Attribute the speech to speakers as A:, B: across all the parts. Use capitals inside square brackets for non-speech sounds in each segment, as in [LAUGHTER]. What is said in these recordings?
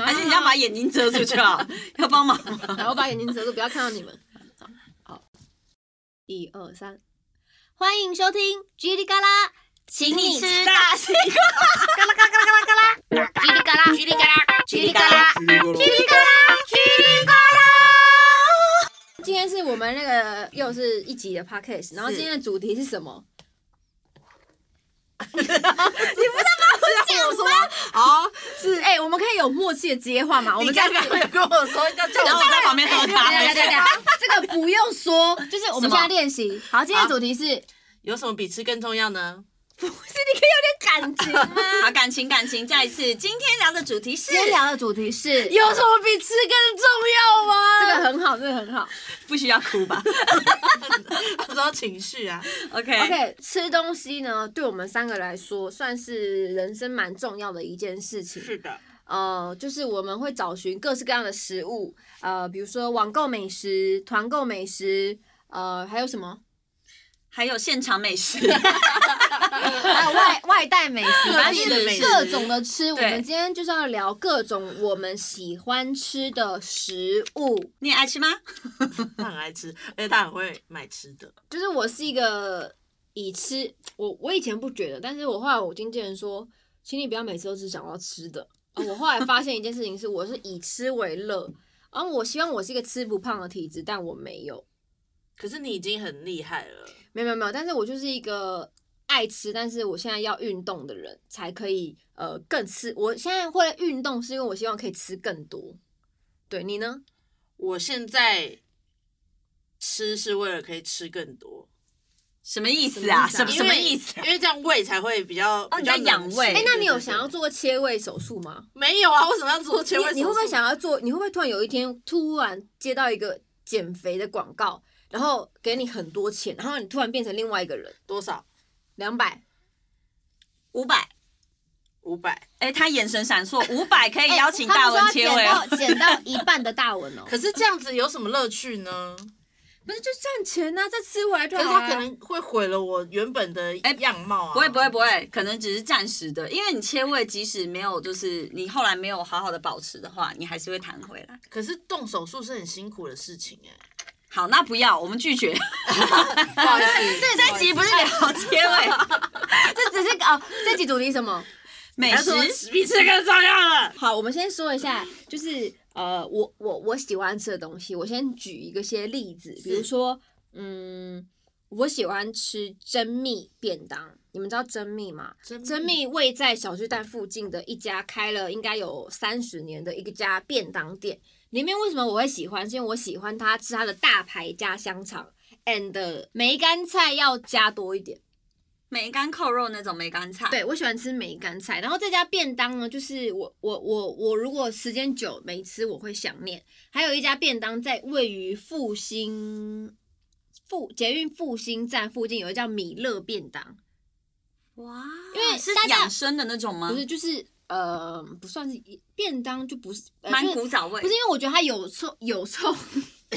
A: 还是你要把眼睛遮住就
B: [LAUGHS]
A: 好，要帮忙吗？
B: 然后把眼睛遮住，不要看到你们。好，好一二三，欢迎收听《叽里嘎啦》，请你吃
A: 大西瓜，
B: 叽里嘎啦，叽里嘎啦，叽里嘎啦，
A: [LAUGHS]
B: 今天是我们那个又是一集的 podcast，然后
A: 是
B: 今天的主题是什么？
A: 讲吗？好，
B: 是哎、我们可以有默契的接话嘛？我
A: 我
B: 们
A: 们
B: 在
A: 刚刚有跟我说要叫我在旁边喝咖
B: 对对对
A: 啡，
B: 对，这个不用说，就是我
A: 什
B: 们
A: 么
B: 现在练习。好，今天的
A: 好
B: 主题是
C: 有什么比吃更重要呢？ [LAUGHS]
B: 感情吗？
A: 好，感情感情，再一次，今天聊的主题是
B: 今天聊的主题是，
C: 有什么比吃更重要
B: 这
C: 吗？
B: 个很好，这个很好。
A: 不需要哭吧
C: 不知道情绪啊，
A: ？OK，
B: OK，吃东西呢，对我们三个来说，算是人生蛮重要的一件事情。
C: 的，
B: 呃，就是我们会找寻各式各样的食物，呃，比如说网购美食、团购美食，呃，还有什
C: [LAUGHS]
B: 么？
A: 还有现场美
B: [LAUGHS]
A: 食，
B: 还有外外带美食，
A: 各
B: 反
A: 地
B: 正
A: 的
B: 就是
A: 美食
B: 各种的吃。我
A: 对
B: 们今天就是要聊各种我们喜欢吃的食物。
A: 你也爱吃吗？
C: 他很爱吃，而且他很会买吃的。
B: 就是我是一个以吃，我我以前不觉得，但是我后来我经纪人说，请你不要每次都只想要吃的。啊，我后来发现一件事情是，我是以吃为乐。啊，我希望我是一个吃不胖的体质，但我没有，
C: 可是你已经很厉害了，
B: 没有没有没有，但是我就是一个爱吃，但是我现在要运动的人才可以，呃，更吃。我现在会运动是因为我希望可以吃更多。对你呢？
C: 我现在吃是为了可以吃更多，
A: 什么意思啊？什
B: 什
A: 么什
B: 么意思啊
A: 么意思啊？
C: 因为这样胃才会比较
A: 哦
C: 比较
A: 你在养胃
C: 能吃
B: 哎、那你有
C: 对对对
B: 想要做切胃手术吗？
C: 没有啊？为什么要做前胃手术
B: 你你会不会想要做？你会不会突然有一天突然接到一个减肥的广告，然后给你很多钱，然后你突然变成另外一个人？
C: 多少？
B: 两百，
A: 五百。
C: 五百？
A: 哎，他眼神闪烁，五百可以邀请
B: 哎
A: 大文
B: 他不是
A: 切
B: 要
A: 尾哦。
B: 减到减到一半的大文哦，
C: 可是这样子有什么乐趣呢？
B: 不是就赚钱呐、再吃回来就
C: 可是
B: 好
C: 他
B: 啊
C: 可能会毁了我原本的
A: 哎
C: 样貌啊！
A: 不会不会不会，可能只是暂时的，因为你切胃，即使没有就是你后来没有好好的保持的话，你还是会弹回来。
C: 可是动手术是很辛苦的事情哎、
A: [LAUGHS] 好，那不要，我们拒绝。
C: 不好意思，
B: 这
A: 这集不是聊切胃
B: 这只是哦，这集主题什么？
A: 美食，
C: 比吃更重要了。
B: 好，我们先说一下，就是呃，我我我喜欢吃的东西，我先举一个些例子，比如说，嗯，我喜欢吃珍蜜便当，你们知道珍蜜吗？
C: 真
B: 珍蜜位在小巨蛋附近的一家开了应该有三十年的一个家便当店。里面为什么我会喜欢？是因为我喜欢它吃它的大排加香肠，and 梅干菜要加多一点。
A: 梅干扣肉那种梅干菜。，
B: 对我喜欢吃梅干菜，然后这家便当呢，就是我我我我如果时间久没吃，我会想念。还有一家便当在位于复兴复捷运复兴站附近，有一家叫米乐便当，
A: 哇，
B: 因为
A: 是
B: 大家
A: 养生的那种吗
B: 不？是就是呃不算是便当，就不是呃
A: 蛮
B: 就是
A: 古早味
B: 不是，因为我觉得它有臭
A: [LAUGHS]
B: 有臭，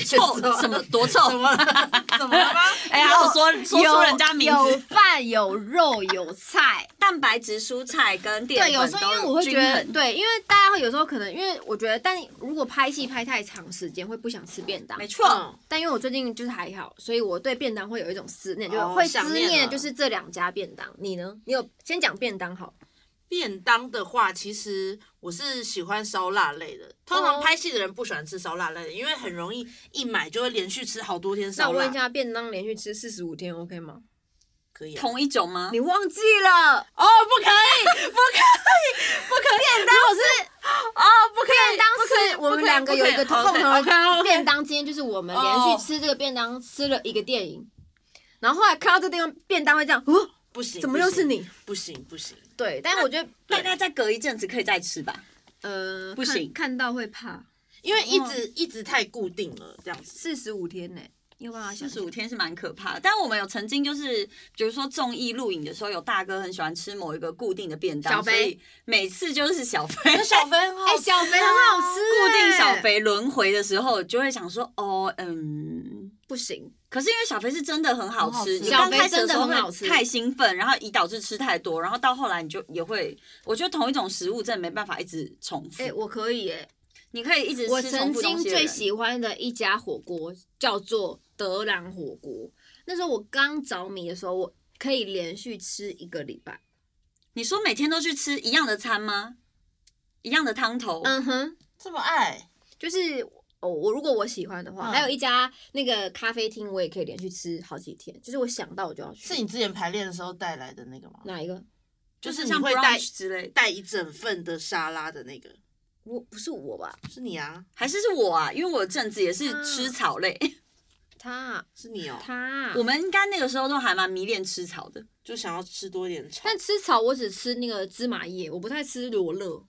A: 臭什么多臭？ [LAUGHS]
C: 怎么了？怎么了吗？
A: 哎，还有说说出
B: 有
A: 人家名
B: 有
A: 字，
B: 饭有肉有
A: [LAUGHS]
B: 菜，
A: 蛋白质、蔬菜跟淀
B: 对，
A: 粉
B: 有时候因为我会
A: 均
B: 觉得，
A: 衡
B: 对，因为大家会有时候可能因为我觉得，但如果拍戏拍太长时间会不想吃便当
A: 没，错，
C: 嗯
B: 但因为我最近就是还好，所以我对便当会有一种思念，就是
C: 哦
B: 会
C: 想
B: 思
C: 念
B: 念
C: 了
B: 就是这两家便当。你呢？你有先讲便当好，
C: 便当的话，其实我是喜欢烧腊类的。通常拍戏的人不喜欢吃烧腊类的，因为很容易一买就会连续吃好多天
B: 那
C: 烧
B: 我
C: 腊
B: 问一。下，便当连续吃四十五天 OK 吗？
C: 可以啊、
A: 同一种吗？
B: 你忘记了？
C: 哦，不可以，不可以，不可以。
B: 便当是
C: 哦，不可以。
B: 便当是我们两个有一个共同
C: ，OK
B: 的
C: OK。
B: 便当，今天就是我们连续吃这个便当吃了一个电影，然后后来看到这个地方便当会这样，哦，
C: 不行，
B: 怎么又是你？
C: 不行不行，
B: 对，但我觉得
A: 大概再隔一阵子可以再吃吧。
B: 呃，
A: 不
B: 看
A: 行
B: 看到会怕。
C: 因为一
A: 哦
C: 直一直太固定了，这样子。
B: 四十五天呢、你有办法
A: 四
B: 想
A: 十
B: 象
A: 五天是蛮可怕的，但我们有曾经就是，比如说综艺录影的时候，有大哥很喜欢吃某一个固定的便当，
B: 小
A: 所
B: 肥
A: 以每次就是小肥，
C: 小飞很
B: 哎、小肥很好吃、
A: [LAUGHS] 固定小小肥轮回的时候，就会想说，哦，嗯。
B: 不行，
A: 可是因为小肥是真的很好
D: 很好
A: 吃，
D: 吃
A: 你
B: 小
A: 刚
B: 肥
A: 开始
B: 真的
A: 时候
B: 很
A: 会
B: 好吃
A: 太兴奋，然后以导致吃太多，然后到后来你就也会，我觉得同一种食物真的没办法一直重复。
B: 哎、我可以哎、
A: 你可以一直
B: 我
A: 吃
B: 曾
A: 重复东
B: 经
A: 西的
B: 最
A: 人。
B: 喜欢的一家火锅叫做德朗火锅。那时候我刚着迷的时候，我可以连续吃一个礼拜。
A: 你说每天都去吃一样的餐吗？一样的汤头？
B: 嗯哼，
D: 这么爱，
B: 就是哦，我如果我喜欢的话，
D: 嗯
B: 还有一家那个咖啡厅，我也可以连续吃好几天。就是我想到我就要去。
C: 是你之前排练的时候带来的那个吗？
B: 哪一个？
C: 就是你
A: 像
C: 会
A: brunch
C: 带
A: 之类的，
C: 带一整份的沙拉的那个，
B: 我不是我吧？
C: 是你啊，
A: 还是是我啊？因为我有阵子也是
B: 啊
A: 吃草类，
B: 他
C: 是你哦，
B: 他
A: 我们应该那个时候都还蛮迷恋吃草的。
C: 就想要吃多一点草。
B: 但吃草我只吃那个芝麻叶，我不太吃罗勒。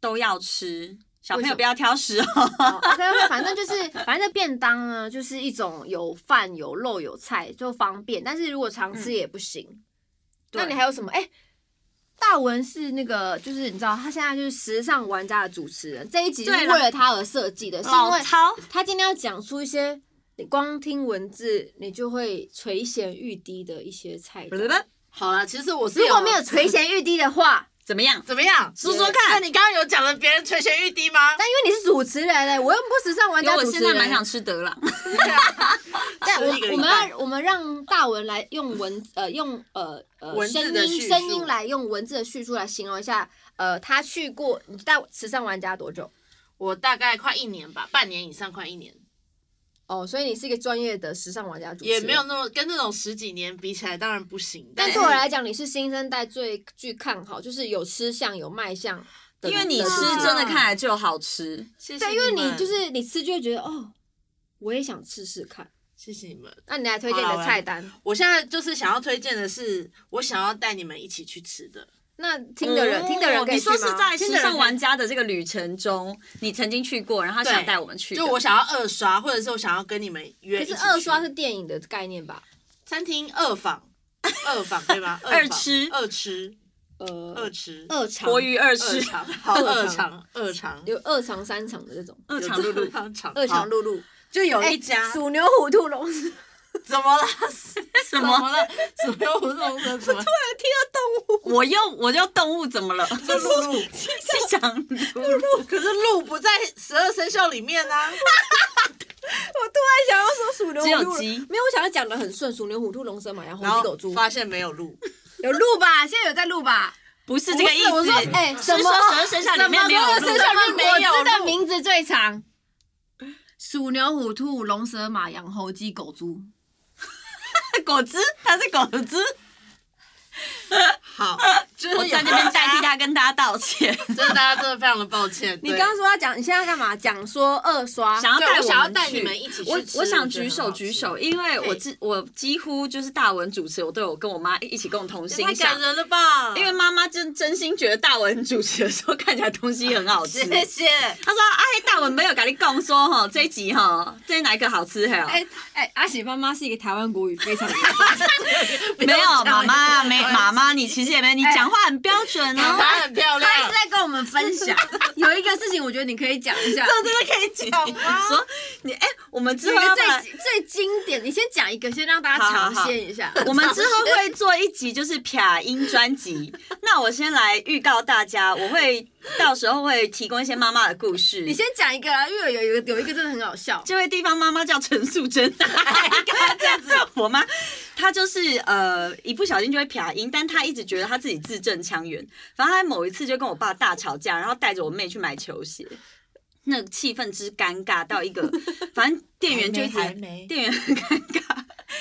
A: 都要吃。小朋
B: 为什
A: 友
B: 么
A: 不要挑食哦。
B: 哦 OK OK，反正就是，反正便当呢，就是一种有饭有肉有菜，就方便。但是如果常吃也不行。那你
A: 嗯对
B: 还有什么？哎、大文是那个，就是你知道，他现在就是时尚玩家的主持人，这一集就是
A: 对
B: 为
A: 啦
B: 了他而设计 [LAUGHS] 的，是因
A: 老
B: 为
A: 超，
B: 他今天要讲出一些你光听文字你就会垂涎欲滴的一些菜
A: 不
B: 单。
A: 不不
C: 好啦，其实我是
B: 如果没有垂涎欲滴的话，
A: 怎么样？
C: 怎么样，
A: 说说
C: 那
A: 看。
C: 你刚刚有讲了别人垂涎欲滴吗？
B: 但因为你是主持人嘞，我又不是时尚玩
A: 因
B: 家
A: 为
B: 主
A: 我
B: 持
A: 现
B: 人，
A: 在蛮想吃德
B: [LAUGHS]
A: 朗，
B: 但我
C: 吃一个
B: 我
C: 礼
B: 们
C: 拜
B: 要我们让大文来用文呃用呃呃
C: 文字
B: 声
C: 的
B: 音
C: 叙
B: 声
C: 述
B: 音来用文字的叙述来形容一下呃他去过你带时尚玩家多久？
C: [LAUGHS] 我大概快一年吧，半年以上，快一年，
B: 哦，所以你是一个专业的时尚玩家主持
C: 也
B: 人，
C: 没有。那么跟那种十几年比起来，当然不行。
B: [LAUGHS] 但
C: 但啊
B: 对我来讲，你是新生代最具看好，就是有吃相有卖相的，
A: 因为你
B: 的
A: 吃
B: 主持人
A: 真的看来就好吃。
C: 谢谢
B: 对，因为你
C: 们
B: 就是你吃就会觉得哦，我也想试试看。
C: 谢谢你们。
B: 那你来推荐你
C: 好啊
B: 的
C: 啦
B: 菜单，
C: 我现在就是想要推荐的是，我想要带你们一起去吃的。
B: 那听的人、
A: 哦
B: 听的人可以
A: 你
B: 去
A: 说是
B: 吗？
A: 在
C: 听
A: 时
C: 的人可以
A: 尚玩家的这个旅程中，你曾经去过，然后
C: 对
A: 想带我们去的。
C: 就我想要二刷，或者是我想要跟你们约
B: 可
C: 一起
B: 是
C: 去。
B: 二刷是电影的概念吧？
C: 餐厅二访， [LAUGHS] 二访对吗？
A: 二
C: 访
A: 吃
C: [LAUGHS] 二吃，
B: 呃，
C: 二吃，
B: 二场
A: 活鱼二
C: 二
B: [LAUGHS]
A: 吃，
C: 场，好， [LAUGHS] 二场，二场，
B: 有二场三场的这种，
A: 二
C: 有
A: 场露
C: 这
A: 露
C: 么，两场，
B: 二场
C: 好
B: 露露
C: 就有一家
B: 鼠牛虎兔龙，
C: 怎么了？ [LAUGHS]
A: 什
C: 怎
A: 么？
C: 么了？怎么又不动声？怎么
A: 我又我又动物怎么
B: [LAUGHS]
A: 了？
C: 就露露？
A: 是想露露，
C: [LAUGHS] 可是露不在十二生肖里面呢、啊。
B: 还想要说鼠牛
A: 只有
B: 虎兔龙
A: 鸡，
B: 没有，我想要讲的很顺，鼠牛虎兔龙蛇马羊猴
C: [LAUGHS] 然
B: 鸡狗
C: 后
B: 猪，
C: 发现没有录，
B: 有录吧？现在有在录吧？
A: 不是这个意
B: 我
A: 思 [LAUGHS]
B: 说。哎，
A: 是
B: 什么
A: 说十二生肖里面没有
B: 什
A: 鹿
B: 么十二生肖里面
C: 没有鹿
B: 果汁的名字最长，鼠牛虎兔龙蛇马羊猴鸡狗猪，
A: 果汁，它是果汁。
C: [LAUGHS] 好，就
A: [LAUGHS]
C: 是
A: 我在那边代替他跟大家道
C: [LAUGHS]
A: 歉，
C: 真的大家真的非常的抱歉。
B: 你
C: 对
B: 刚刚说要讲，你现在干嘛？讲说二刷，
A: 想要
C: 对
A: 带
C: 我
A: 们
C: 想要带
A: 去
C: 你们一起去
A: 我
C: 吃
A: 我想
C: 觉得
A: 举手
C: 很好吃
A: 举手，因为我自我几乎就是大文主持，我都有跟我妈一起共同
C: 也
A: 欣
C: 太
A: 赏
C: 感。人了吧？哦
A: 因为妈妈真真心觉得大文主持的时候看起来东西很
C: [LAUGHS]
A: 好吃。
C: 谢谢，
A: 她说：“啊，嘿，大文没有跟你讲说哈，这一集哈，这哪一个好吃？嘿哦，
B: 哎哎，阿喜妈妈是一个台湾国语非常
A: [LAUGHS] 没有
C: 这样
A: 妈妈，没
C: 哎
A: 妈妈，你其实也没，你讲话很标准哦。
C: 答案很漂亮。
B: 他一直在跟我们分享。 [LAUGHS] 有一个事情，我觉得你可以讲一下。
A: 这 [LAUGHS] 真的可以讲吗？说你哎，我们之
B: 有
A: 后
B: 一个
A: 要不然
B: 最最经典，你先讲一个，先让大家尝鲜一下。
A: [LAUGHS] 我们之后会做一集就是撇音专
B: [LAUGHS]
A: 辑。那我先来预告大家，我会到时候会提供一些妈妈的故事。
B: 你先讲一个啊啦，因为有有一个有一个真的很好笑。
A: 这位地方妈妈叫陈素贞， [LAUGHS] 哎这样子，我妈她就是呃一不小心就会撇音，但她一直觉得她自己字正腔圆。反正她某一次就跟我爸大吵架，然后带着我妹去买球鞋，那个气氛之尴尬到一个，反正店员就一直
C: 还 [LAUGHS] 没
A: 店员很尴尬，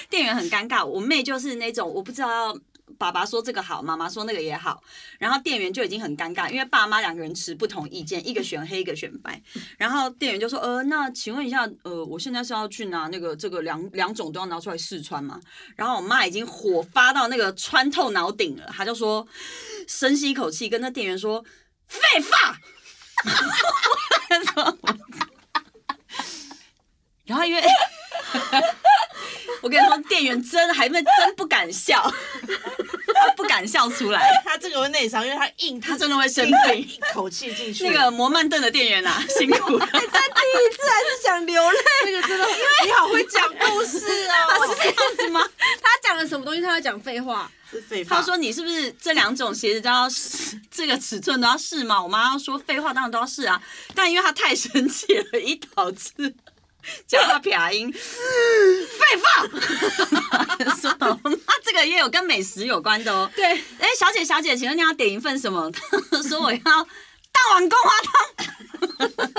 A: 店员很尴尬。我妹就是那种我不知道要爸爸说这个好，妈妈说那个也好，然后店员就已经很尴尬，因为爸妈两个人持不同意见，一个选黑，一个选白。然后店员就说：“呃，那请问一下，呃，我现在是要去拿那个这个两两种都要拿出来试穿吗？”然后我妈已经火发到那个穿透脑顶了，她就说深吸一口气，跟那店员说：“废话。” [LAUGHS] 然后因为。我跟你说，店员真还没真不敢笑，他 [LAUGHS] 不敢笑出来，
C: 他这个会内伤，因为他硬，
A: 他
C: [LAUGHS] 他
A: 真的会生病。
C: 一口气进去。
A: 那个摩曼顿的店员啊，辛苦了。
B: 第一次还是想流泪。啊
C: 那个真的，你好会讲故事哦，
A: 这样子吗？
B: [LAUGHS] 他讲了什么东西？他要讲废话。
C: 是废话。
A: [LAUGHS] 他说你是不是这两种鞋子都要试，这个尺寸都要试嘛？我妈说废话当然都要试啊，但因为她太生气了，一导致讲话撇音，废话。 [LAUGHS] 说我妈这个也有跟美食有关的哦。
B: 对，
A: 哎、小姐小姐，请问你要点一份什么？ [LAUGHS] 她说我要大碗贡花汤，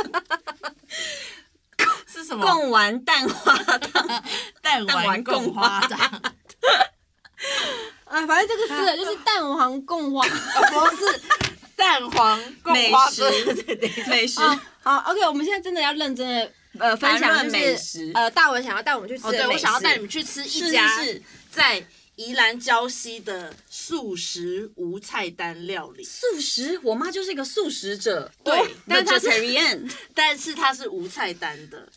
C: 是什么？
A: 贡丸蛋花汤。
C: 弹
A: 弹丸
C: 贡
A: 贡
C: 花
A: 花
C: 掌，
B: 啊，反正这个是就是蛋黄贡 [LAUGHS] 花。
C: [LAUGHS] 不是蛋 [LAUGHS] 黄贡花羹
A: 美食
C: 对对对，
A: 美食，
B: 啊好，OK，我们现在真的要认真的呃分享
A: 谈
B: 就
A: 论
B: 是
A: 美食
B: 呃，大文想要带我们去吃的美食。
C: 哦，对，我想要带你们去吃
A: 是
C: 一
A: 是
C: 家
A: 是，
C: 在宜兰礁溪的素食无菜单料理，
A: 素食，我妈就是一个素食者，
C: 对
A: 但是她是
C: 但是它是无菜单的，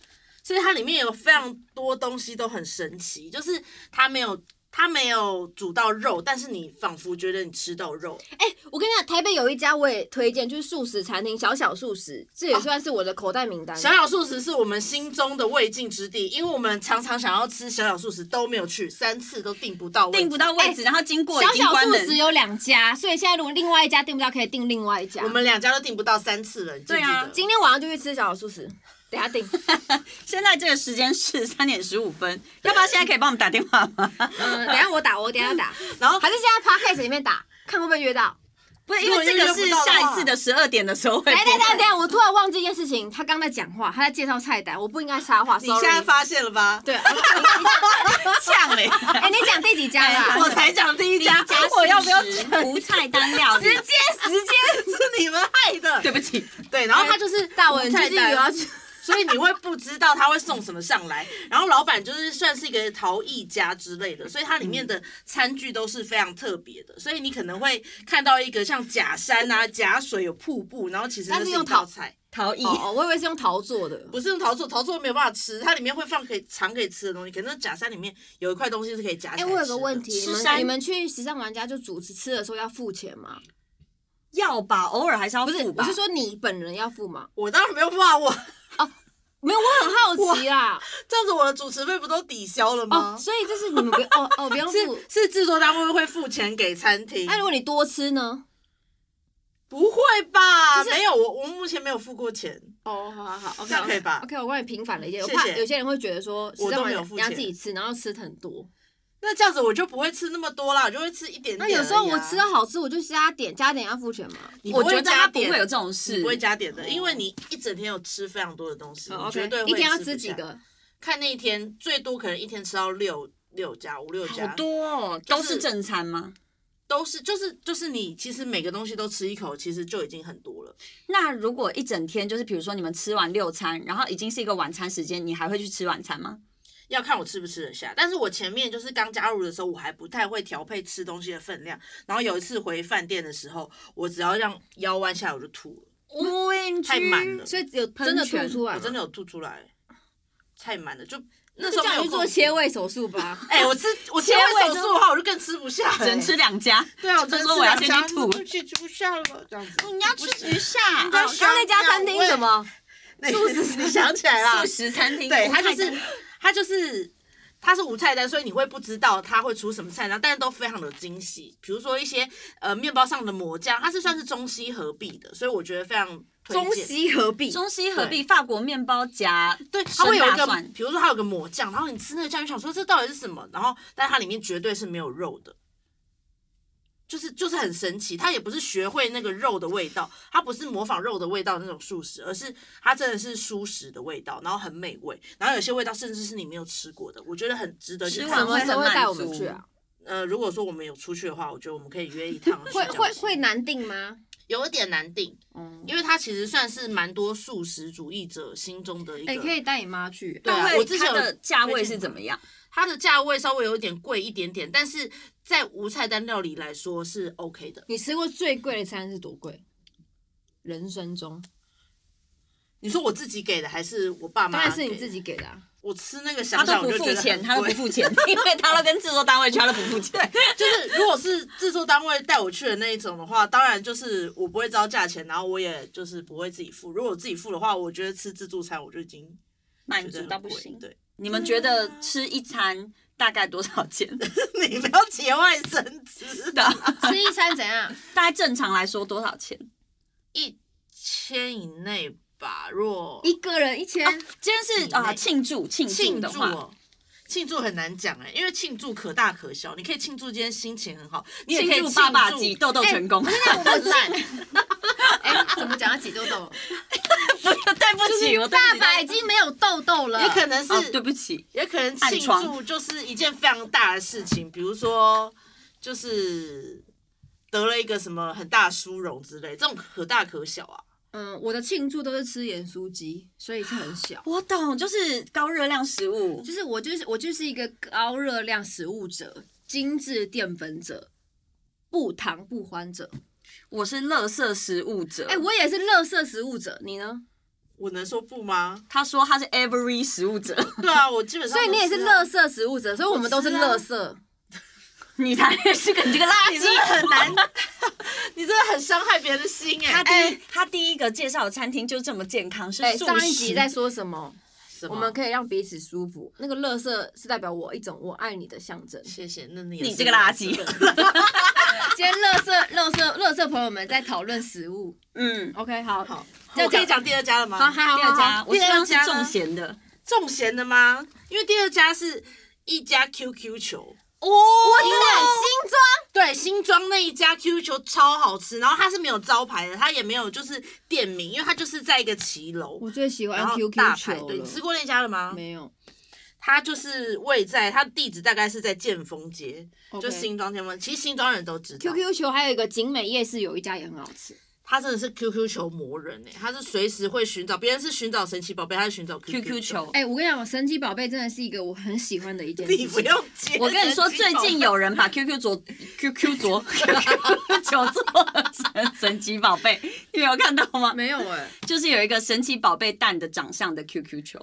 C: 所以它里面有非常多东西都很神奇，就是它没有。它没有煮到肉，但是你仿佛觉得你吃到肉，
A: 嗯
B: 哎、我跟你讲，台北有一家我也推荐，就是素食餐厅小小素食，这也算是我的口袋名单。
C: 小小素食是我们心中的未尽之地，因为我们常常想要吃小小素食都没有去，三次都订不到位置，
A: [LAUGHS] 订不到位置，然后经过已
B: 小
A: 经
B: 小
A: 关
B: 素
A: 门
B: 食。有两家，所以现在如果另外一家订不到，可以订另外一家。
C: 我们两家都订不到三次了，你记不
A: 对
C: 记
A: 啊
C: 得
B: 今天晚上就去吃小小素食， [LAUGHS] 等下订。
A: 现在这个时间是三点十五分，要不要现在可以帮我们打电话吗？ [LAUGHS]
B: 嗯，等下我打，我等下打，
C: 然
B: [LAUGHS]
C: 后
B: 还是现在 podcast 里面打，看会不会约到。
A: 不是，因为这个是下一次的十二点的时候会
B: 等
A: 播。
B: 下等下等下，我突然忘记一件事情，他刚在讲话，他在介绍菜单，我不应该插话。
C: 你
B: sorry
C: 现在发现了吧？ [LAUGHS]
B: 对，
A: [LAUGHS] 呛嘞！
B: 哎，你讲第几家啦？
C: 我才讲第一家，
A: 加
C: 我要不要？
A: 素食无菜单料理
B: 直？接时间。
C: 是你们害
A: [LAUGHS]
C: 的。
A: 对不起，
C: 对，然后他哎就是
B: 大文，
C: 无
B: 就
C: 菜
B: 是有要
C: 单，
B: 去。
C: [LAUGHS] 所以你会不知道他会送什么上来。然后老板就是算是一个陶艺家之类的，所以它里面的餐具都是非常特别的，所以你可能会看到一个像假山啊、假水有瀑布，然后其实那
B: 但是
C: 是
B: 用
C: 一道
B: 陶
C: 菜，
A: 陶艺
B: 哦，我以为是用陶做的。
C: 不是用陶做，陶做没有办法吃，它里面会放可以藏可以吃的东西，可能那假山里面有一块东西是可以夹起
B: 哎、
C: 啊来吃的。
B: 我有个问题，你
A: 吃
B: 们
A: 山
B: 你们去时尚玩家就主持吃的时候要付钱吗？
A: 要吧，偶尔还是要
B: 不是
A: 付，
B: 我
A: 吧
B: 是。说你本人要付吗？
C: 我当然没有办法，我 [LAUGHS]
B: 没有，我很好奇啦。
C: 这样子我的主持费不都抵消了吗？
B: 哦，所以这是你们不用哦哦不用付。
C: 是是制作单位会付钱给餐厅
B: 那、，如果你多吃呢？
C: 不会吧？
B: 就是
C: 没有，我我目前没有付过钱，
B: 哦，好好好，OK，
C: 这样可以吧
B: OK，我帮你平反了一些，我
C: 谢
B: 怕
C: 谢
B: 有些人会觉得说时
C: 我
B: 尚
C: 都
B: 玩
C: 没
B: 家
C: 有
B: 你
C: 付
B: 要
C: 钱
B: 自己吃，然后吃很多。
C: 那这样子我就不会吃那么多啦，我就会吃一点点而
B: 那
C: 已啊。
B: 有时候我吃到好吃，我就加点加点要付钱嘛。
C: 你不
A: 我
C: 会
A: 觉得
C: 加
A: 他不
C: 点
A: 会有这种事
C: 你不，会加点的，
B: 哦
C: 因为你一整天有吃非常多的东西，
B: 哦
C: 你嗯绝对会
B: 一天要
C: 吃
B: 吃
C: 不
B: 几
C: 下？
B: 个？
C: 看那一天，最多可能一天吃到六六家五六家，
A: 好多哦，
C: 就
A: 都
C: 是
A: 是正餐吗？
C: 都是就是就是你其实每个东西都吃一口，其实就已经很多了。
A: 那如果一整天就是，比如说你们吃完六餐，然后已经是一个晚餐时间，你还会去吃晚餐吗？
C: 要看我吃不吃得下。但是我前面就是刚加入的时候，我还不太会调配吃东西的分量。然后有一次回饭店的时候，我只要让腰弯下来，我就吐了，
A: O N
C: 太满了，
B: 所以有真的
A: 喷泉
B: 吐出来
C: 我
B: 吗？
C: 真的有吐出来，太满了，就那
B: 那
C: 时候
B: 就
C: 没
B: 叫
C: 有
B: 你去做
C: 空
B: 切。胃手术吧。
C: [LAUGHS] 哎、我吃我切
A: 切胃
C: 胃手
A: 真
C: 术的话，我就更吃不下、
A: 只能吃两家。
C: 对啊，我
A: 就
C: 真的
A: 说我要先去
C: 吃
A: 吐
C: 对不起，吃不下了，这样子。
A: 你要吃鱼下，
C: 该
A: 哦
C: 是
B: 刚刚那家餐厅什么？
C: 那个 [LAUGHS] 你想起来了
A: 素？食餐厅，
C: 对，
A: 无
C: 它就
A: 菜单
C: 是它就是它是无菜单，所以你会不知道它会出什么菜单，但是都非常的惊喜。比如说一些呃面包上的抹酱，它是算是中西合璧的，所以我觉得非常推
B: 中
C: 荐。
B: 西合璧。
A: 中西合璧，法国面包夹
C: 对，它会有一
A: 生大
C: 个
A: 蒜，
C: 比如说它有个抹酱，然后你吃那个酱，你想说这到底是什么？然后，但它里面绝对是没有肉的，就是就是很神奇。它也不是学会那个肉的味道，它不是模仿肉的味道那种素食，而是它真的是蔬食的味道，然后很美味。然后有些味道甚至是你没有吃过的，我觉得很值得
A: 吃
C: 去
B: 什
C: 看
A: 完
B: 么
A: 会
C: 看。
B: 时候
A: 很
B: 会带
A: 满
B: 我们
A: 足
B: 去啊？
C: 呃，如果说我们有出去的话，我觉得我们可以约一趟去这
B: 会
C: 样吃。
B: 会会难定吗？
C: 有一点难定，
B: 嗯，
C: 因为它其实算是蛮多素食主义者心中的一个。
B: 哎，可以带你妈去。
C: 对啊
A: 那会
C: 我之前
A: 它
C: 有
A: 的价位
C: 推荐
A: 是
C: 过
A: 怎么样？
C: 它的价位稍微有一点贵一点点，但是在无菜单料理来说是 OK 的。
B: 你吃过最贵的餐是多贵？人生中
C: 你说我自己给的还是我爸妈？
B: 当然是你自。己给的啊。
C: 我吃那个
A: 他
C: 想
A: 都
C: 想
A: 不
C: 我就
A: 付
C: 觉得
A: 钱，
C: 很
A: 他都不 [LAUGHS]
C: 贵。
A: 付钱，因为他都跟制作单位去，他都不付钱。 [LAUGHS]
C: 就是如果是制作单位带我去的那一种的话，当然就是我不会知道价钱，然后我也就是不会自己付。如果我自己付的话，我觉得吃自助餐我就已经
A: 满
C: 觉得
A: 足
C: 很
A: 到不
C: 贵
A: 行。
C: 对， [LAUGHS]
A: 你们觉得吃一餐大概多少钱？
C: 你不要节外生枝。
A: 的，
B: [LAUGHS] 吃一餐怎样？
A: 大概正常来说多少钱？
C: 一千以内吧，若
B: 一个人一千，
A: 今天
C: 以
A: 是啊
C: 内
A: 庆祝庆祝
C: 庆
A: 的
C: 祝
A: 话，
C: 哦，庆祝很难讲哎、因为庆祝可大可小，你可以庆祝今天心情很好，你也可以
A: 庆
C: 庆
A: 祝
C: 祝
A: 爸爸挤痘痘成功。
B: 那我们烂。 [LAUGHS] 哎，怎么讲到挤痘痘？
A: 对不起，我对
B: 爸
A: 不起
B: 爸已经没有痘痘了，
C: 也可能是、
A: 哦，对不起，
C: 也可能
A: 暗
C: 庆
A: 疮
C: 祝就是一件非常大的事情，比如说就是得了一个什么很大的殊荣之类，这种可大可小啊。
B: 嗯，我的庆祝都是吃盐酥鸡，所以是很小。
A: 我懂，就是高热量食物。
B: 就是我就是我就是一个高热量食物者、精致淀粉者、不糖不欢者。
A: 我是垃圾食物者。？
B: 哎、我也是垃圾食物者，你呢？
C: 我能说不吗
A: 他说他是 every 食物者， [LAUGHS]
C: 对啊，我基本上
B: 所以你也是
C: 都吃啊
B: 垃圾食物者，所以我们都是垃圾。
A: 你才是个你这个垃
C: 你
A: 圾。
C: 真的很难，你真的很伤害别人的心哎、
A: 他第一他第一个介绍的餐厅就这么健康，是
B: 哎、
A: 素
B: 上一集
A: 食。
B: 在说什么？
C: 什
B: 我
C: 么
B: 们可以让彼此舒服。那个垃圾是代表我一种我爱你的象征。
C: 谢谢，那你也
A: 你
C: 是
A: 这个垃圾
C: 垃圾
B: 今天垃圾、垃圾、垃圾朋友们在讨论食物。
A: [LAUGHS] 嗯，
B: OK，好，
C: 好，
B: 要
C: 我可以讲第二家了吗？
B: 好，还好，
A: 第二
B: 还
A: 家
B: 好。
A: 我希望是
C: 第二家呢
A: 重咸的，
C: 中咸的吗？因为第二家是一家 QQ 球，
B: 哦，我知道，
C: 对，新庄那一家 QQ 球超好吃，然后它是没有招牌的，它也没有就是店名，因为它就是在一个骑楼，
B: 我最喜欢
C: 然后
B: QQ
C: 大
B: 球
C: 排
B: 了。
C: 队。你吃过那家了吗？
B: 没有？
C: 它就是位在它地址大概是在建丰街，就
B: OK
C: 新庄建丰，其实新庄人都知道。
B: QQ 球还有一个景美夜市有一家也很好吃，
C: 他真的是 QQ 球魔人哎、他是随时会寻找，别人是寻找神奇宝贝，他是寻找
A: QQ 球。
B: 哎、我跟你讲，神奇宝贝真的是一个我很喜欢的一件事
C: 你不
B: 情。
C: 用
B: [LAUGHS]
C: 接。
A: 我跟你说，最近有人把 QQ 卓 QQ
B: [LAUGHS]
A: 卓 QQ 球做成神奇宝贝，你有看到吗？
B: 没有哎、
A: 就是有一个神奇宝贝蛋的长相的 QQ 球，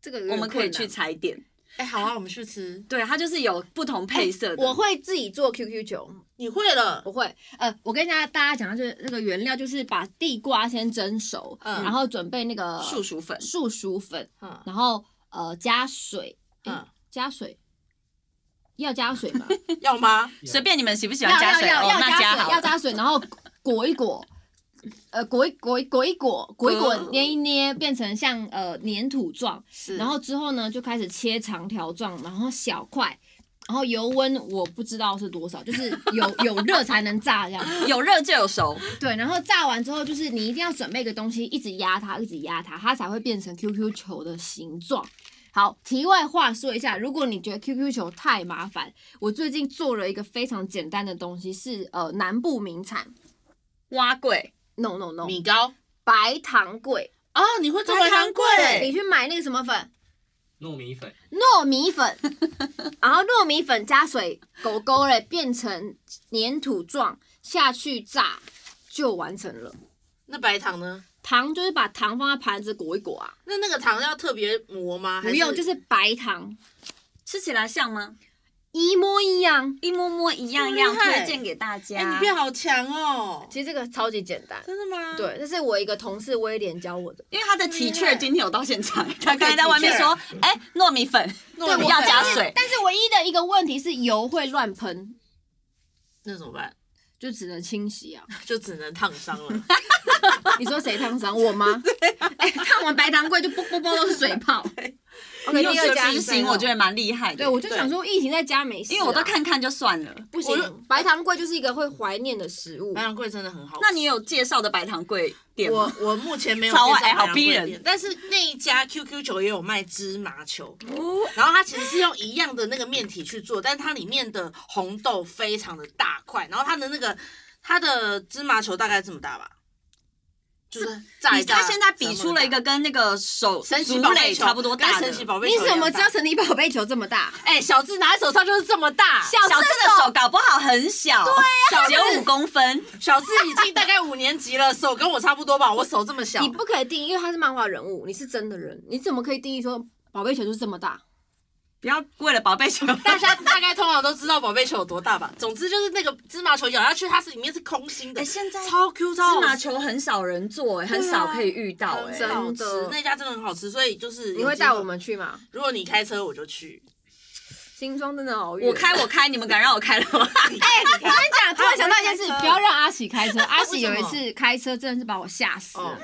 B: 这个
A: 我们可以去踩点。
C: 哎、好啊，我们去吃。
A: 对，它就是有不同配色的。
B: 哎我会自己做 QQ 球，
C: 你会了，
B: 我会。呃，我跟大家大家讲，就是那个原料，就是把地瓜先蒸熟，
C: 嗯
B: 然后准备那个
A: 呃树薯粉，
B: 树薯粉，
C: 嗯
B: 然后呃加水，
C: 嗯，
B: 加水，要加水
A: [LAUGHS]
B: 吗？
C: [LAUGHS] 要吗？
A: 随便你们喜不喜
B: 要
A: 欢加
B: 要
A: 水
B: 要
A: 哦，
B: 要
A: 那
B: 加水，
A: 好
B: 要
A: 了。
B: 加水，然后裹一裹，呃，裹一裹一裹一裹，裹一裹
A: 裹
B: 捏一捏，变成像呃粘土状，
C: 是
B: 然后之后呢就开始切长条状，然后小块。然后油温我不知道是多少，就是
C: [LAUGHS]
B: 有有热才能炸这样。
A: 有热就有熟，
B: 对，然后炸完之后，就是你一定要准备一个东西，一直压它，一直压它，它才会变成 QQ 球的形状。好，题外话说一下，如果你觉得 QQ 球太麻烦，我最近做了一个非常简单的东西，是呃南部名产
A: 蛙桂
B: ，no no no，
C: 米糕
B: 白糖桂。
C: 哦，你会做
A: 白
C: 白
A: 糖
C: 糖
B: 你
C: 桂？
B: 去买那个什么粉，
D: 糯米粉，
B: 糯米粉， [LAUGHS] 然后糯米粉加水狗狗嘞变成粘土状，下去炸就完成了。
C: 那白糖呢？
B: 糖就是把糖放在盘子裹一裹啊，
C: 那那个糖要特别磨吗？
B: 不用，就是是白糖，
A: 吃起来像吗？
B: 一模一样。
A: 一摸摸一样样，
C: 这
B: 啊
C: 么厉害
A: 推荐给大家。
C: 哎、你变好强哦！
B: 其实这个超级简单，
C: 真的吗？，
B: 对，这是我一个同事威廉教我的。
A: 因为他的
C: 厉
A: T
C: 害
A: 恤今天有到现场，他刚才在外面
C: teacher
A: 说：“哎、糯米粉，
C: 糯米
A: 要
C: 粉
A: 加
B: 但是
A: 水
B: 但是唯一的一个问题是油会乱喷，
C: 那怎么办？ [LAUGHS]
B: 就只能清洗啊。
C: 就只能烫伤了。
A: [LAUGHS]
B: 你说谁烫伤？我吗？
A: 啊
B: [LAUGHS] 哎，烫完白糖桂就啵啵啵都是水
A: [LAUGHS]
B: 泡。
A: 你
B: OK，
A: 有
B: 第二家
A: 执行，我觉得蛮厉害的。
B: 对，我就想说疫情在家没事啊，
A: 因为我都看看就算了。
B: 不
C: 我就
B: 行，白糖桂就是一个会怀念的食物
C: 白。糖桂真的很好吃。
A: 那你有介绍的白糖桂店吗
C: 我？我目前没有
A: 超
C: 介绍
A: 矮
C: 白
A: 好
C: 糖
A: 逼
C: 桂
A: 人
C: 店但是那一家 QQ 球也有卖芝麻球，然后它其实是用一样的那个面体去做，但是它里面的红豆非常的大块，然后它的那个它的芝麻球大概这么大吧，就是炸一
A: 你
C: 炸。
A: 他现在比出了一
C: 这么
A: 个跟那个手
C: 大神奇
A: 竹
C: 宝
A: 垒
C: 贝球
A: 差不多大
C: 跟
A: 的，
C: 神奇宝贝
B: 你
C: 球一样
B: 怎么知
C: 大
B: 道？神奇宝贝球这么大？
C: 哎、小智拿在手上就是这么大，
B: 小
A: 小智的手搞不好很小，对呀、只有五公分。
C: 小智已经大概五年级了，手跟我差不多吧，我手这么小
B: 你。不可以定义，因为他是漫画人物，你是真的人，你怎么可以定义说宝贝球就是这么大，
A: 不要为了宝贝 [LAUGHS] 球，
C: 大家大概通常都知道宝贝球有多大吧？总之就是那个芝麻球咬下去，它是里面是空心的，
A: 哎现在
C: 超 Q 超好
A: 芝麻
C: 吃
A: 球很少人做、哎，很
C: 对啊
A: 少可以遇到、哎、
B: 真的
C: 好吃，那家真的很好吃，所以就是
B: 你会带我？们去吗？
C: 如果你开车，我就去。
B: 新庄真的好远。
A: 我开我开，你们敢让我开了 [LAUGHS] 吗？
C: 哎，你
B: 我跟你 [LAUGHS] 讲，突然想到一件事，
C: 还有人开车
B: 不要让阿喜啊开车。阿喜
C: 为什
B: 有
C: 么
B: 一次开车真的是把我吓死了
C: 哦。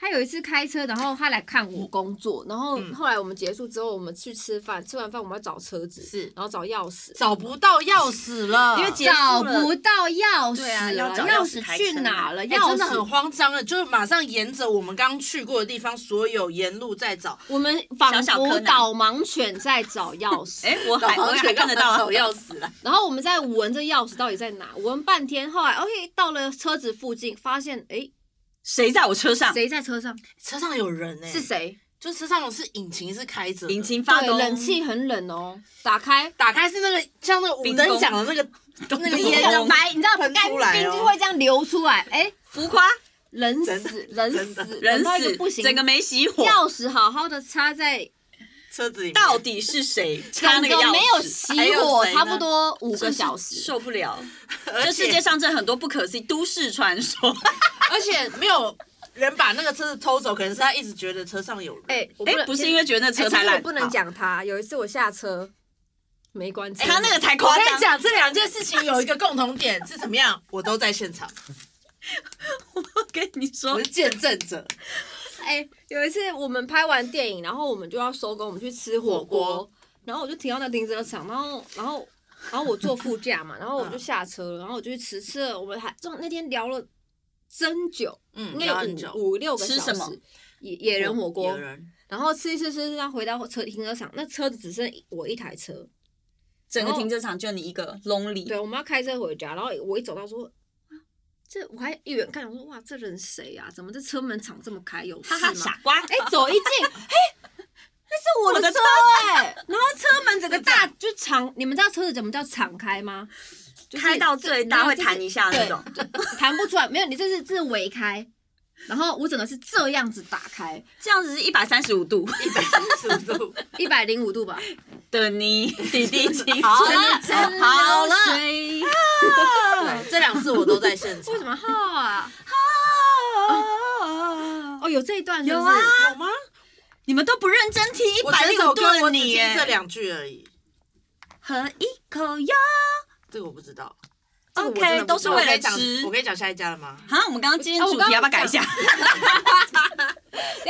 B: 他有一次开车，然后他来看我工作，然后
C: 嗯
B: 后来我们结束之后，我们去吃饭，吃完饭我们要找车子，
C: 是
B: 然后找钥匙，
C: 找不到钥匙了，
A: 因为结
B: 找
A: 束了
B: 不到钥匙
A: 对啊要
B: 了，
A: 找
B: 钥
A: 钥匙开
B: 去
A: 车
B: 哪了？
C: 哎
B: 钥
C: 真的很
B: 匙，
C: 慌张了，就是马上沿着我们刚刚去过的地方，所有沿路在找。
B: 我们仿
A: 小小柯
B: 佛
A: 南
B: 导盲犬在找钥匙。
A: 哎、我还我还看得到啊
C: 找钥匙了，
B: [LAUGHS] 然后我们在闻这钥匙到底在哪，闻半天，后来 OK 到了车子附近，发现诶，
A: 谁在我车上？
B: 谁在车上？
C: 车上有人呢，
B: 是？谁？
C: 就车上是引擎是开着的，
A: 引擎发
B: 对，
A: 动，
B: 冷气很冷哦，打开
C: 打开是那个像那个五
A: 冰
C: 等
A: 宫
C: 奖的那个
A: 咚
C: 那个
A: 咚
C: 烟
A: 咚
C: 让
A: 咚
B: 白，你知道
C: 喷
B: 干
C: 出来
B: 冰
C: 哦
B: 就会这样流出来，诶，
A: 浮夸，
B: 冷
C: 真
B: 死，
C: 的
B: 冷
C: 真
B: 死
C: 的，
A: 人
B: 冷到一个
A: 死
B: 不行，
A: 整个没熄火，
B: 钥匙好好的插在，
C: 车子里面，
A: 到底是谁插
B: 整
A: 那
B: 个
A: 个钥匙？
B: 没
A: 还
B: 有熄
A: 有
B: 火，
A: 谁呢
B: 差不多五个小
A: 真是
B: 时。
A: 受不了。
C: 而
A: 这
C: 且
A: 世界上这很多不可思议都市传说。
C: 而且没有人把那个车子偷走，可能是他一直觉得车上有人。
B: 诶，我
A: 哎、
B: 能
A: 不是因为觉得那
B: 哎
A: 车
B: 其
A: 太
B: 实
A: 烂，
B: 我不能讲他。有一次我下车没关车
A: 好，，他那个才
C: 我
A: 夸
C: 跟
A: 张
C: 你。讲，这两件事情有一个共同点是怎么样？我都在现场，
A: 我跟你说
C: 我是，见证者。
B: 哎、有一次我们拍完电影，然后我们就要收工，我们去吃火
C: 火
B: 锅
C: 锅，
B: 然后我就停到那停车场，然后然后然后我坐副驾嘛，然后
A: 嗯
B: 我就下车了，然后我就去吃吃了，我们还就那天聊了真久，
C: 嗯
B: 应该有五五六个
A: 吃
B: 小
A: 什么
B: 时。野野人火锅
C: 有，人
B: 然后吃一吃吃，然后回到车停车场，那车子只剩我一台车，
A: 整个停车场就你一个 lonely，
B: 对，我们要开车回家，然后我一走到说，啊这我还一远看，我说哇，这人谁啊？怎么这车门敞这么开？有事
A: 哈哈，
B: 吗
A: 傻？瓜。
B: 哎、走一进，嘿，那是我的车哎、然后车门整个大就敞，你们知道车子怎么叫敞开吗？就是
A: 开到最大会弹一下那种，
B: [LAUGHS] 弹不出来，没有，你这是这是围开。然后我整个是这样子打开，
A: 这样子是一百三十五度
C: 一百三十度，
B: 一百零五度吧。
A: 的你弟弟情
C: 好
A: 真
B: 了
A: 的真哦好了，
C: 对，这两次我都在现场。
B: 为什么号啊？哦，有这一段是不是
A: 有啊
C: 有吗？
A: 你们都不认真听一
C: 我
A: 百
C: 整
A: 零
C: 首
A: 五度
C: 歌
A: 的
C: 我只
A: 你
C: 听
A: 耶，
C: 这两句而已，
A: 喝一口哟
C: 这个我不知道。
B: 这个我真的不知
A: ，OK，
B: 道
A: 都是为
C: 我可
A: 了
C: 以讲
A: 吃
C: 我。可以讲下一家了
A: [LAUGHS]
C: 吗？
A: 好，啊我们刚刚今天
B: 哦我
A: 主
B: 刚
A: 题要
B: 刚
A: 不要改一下？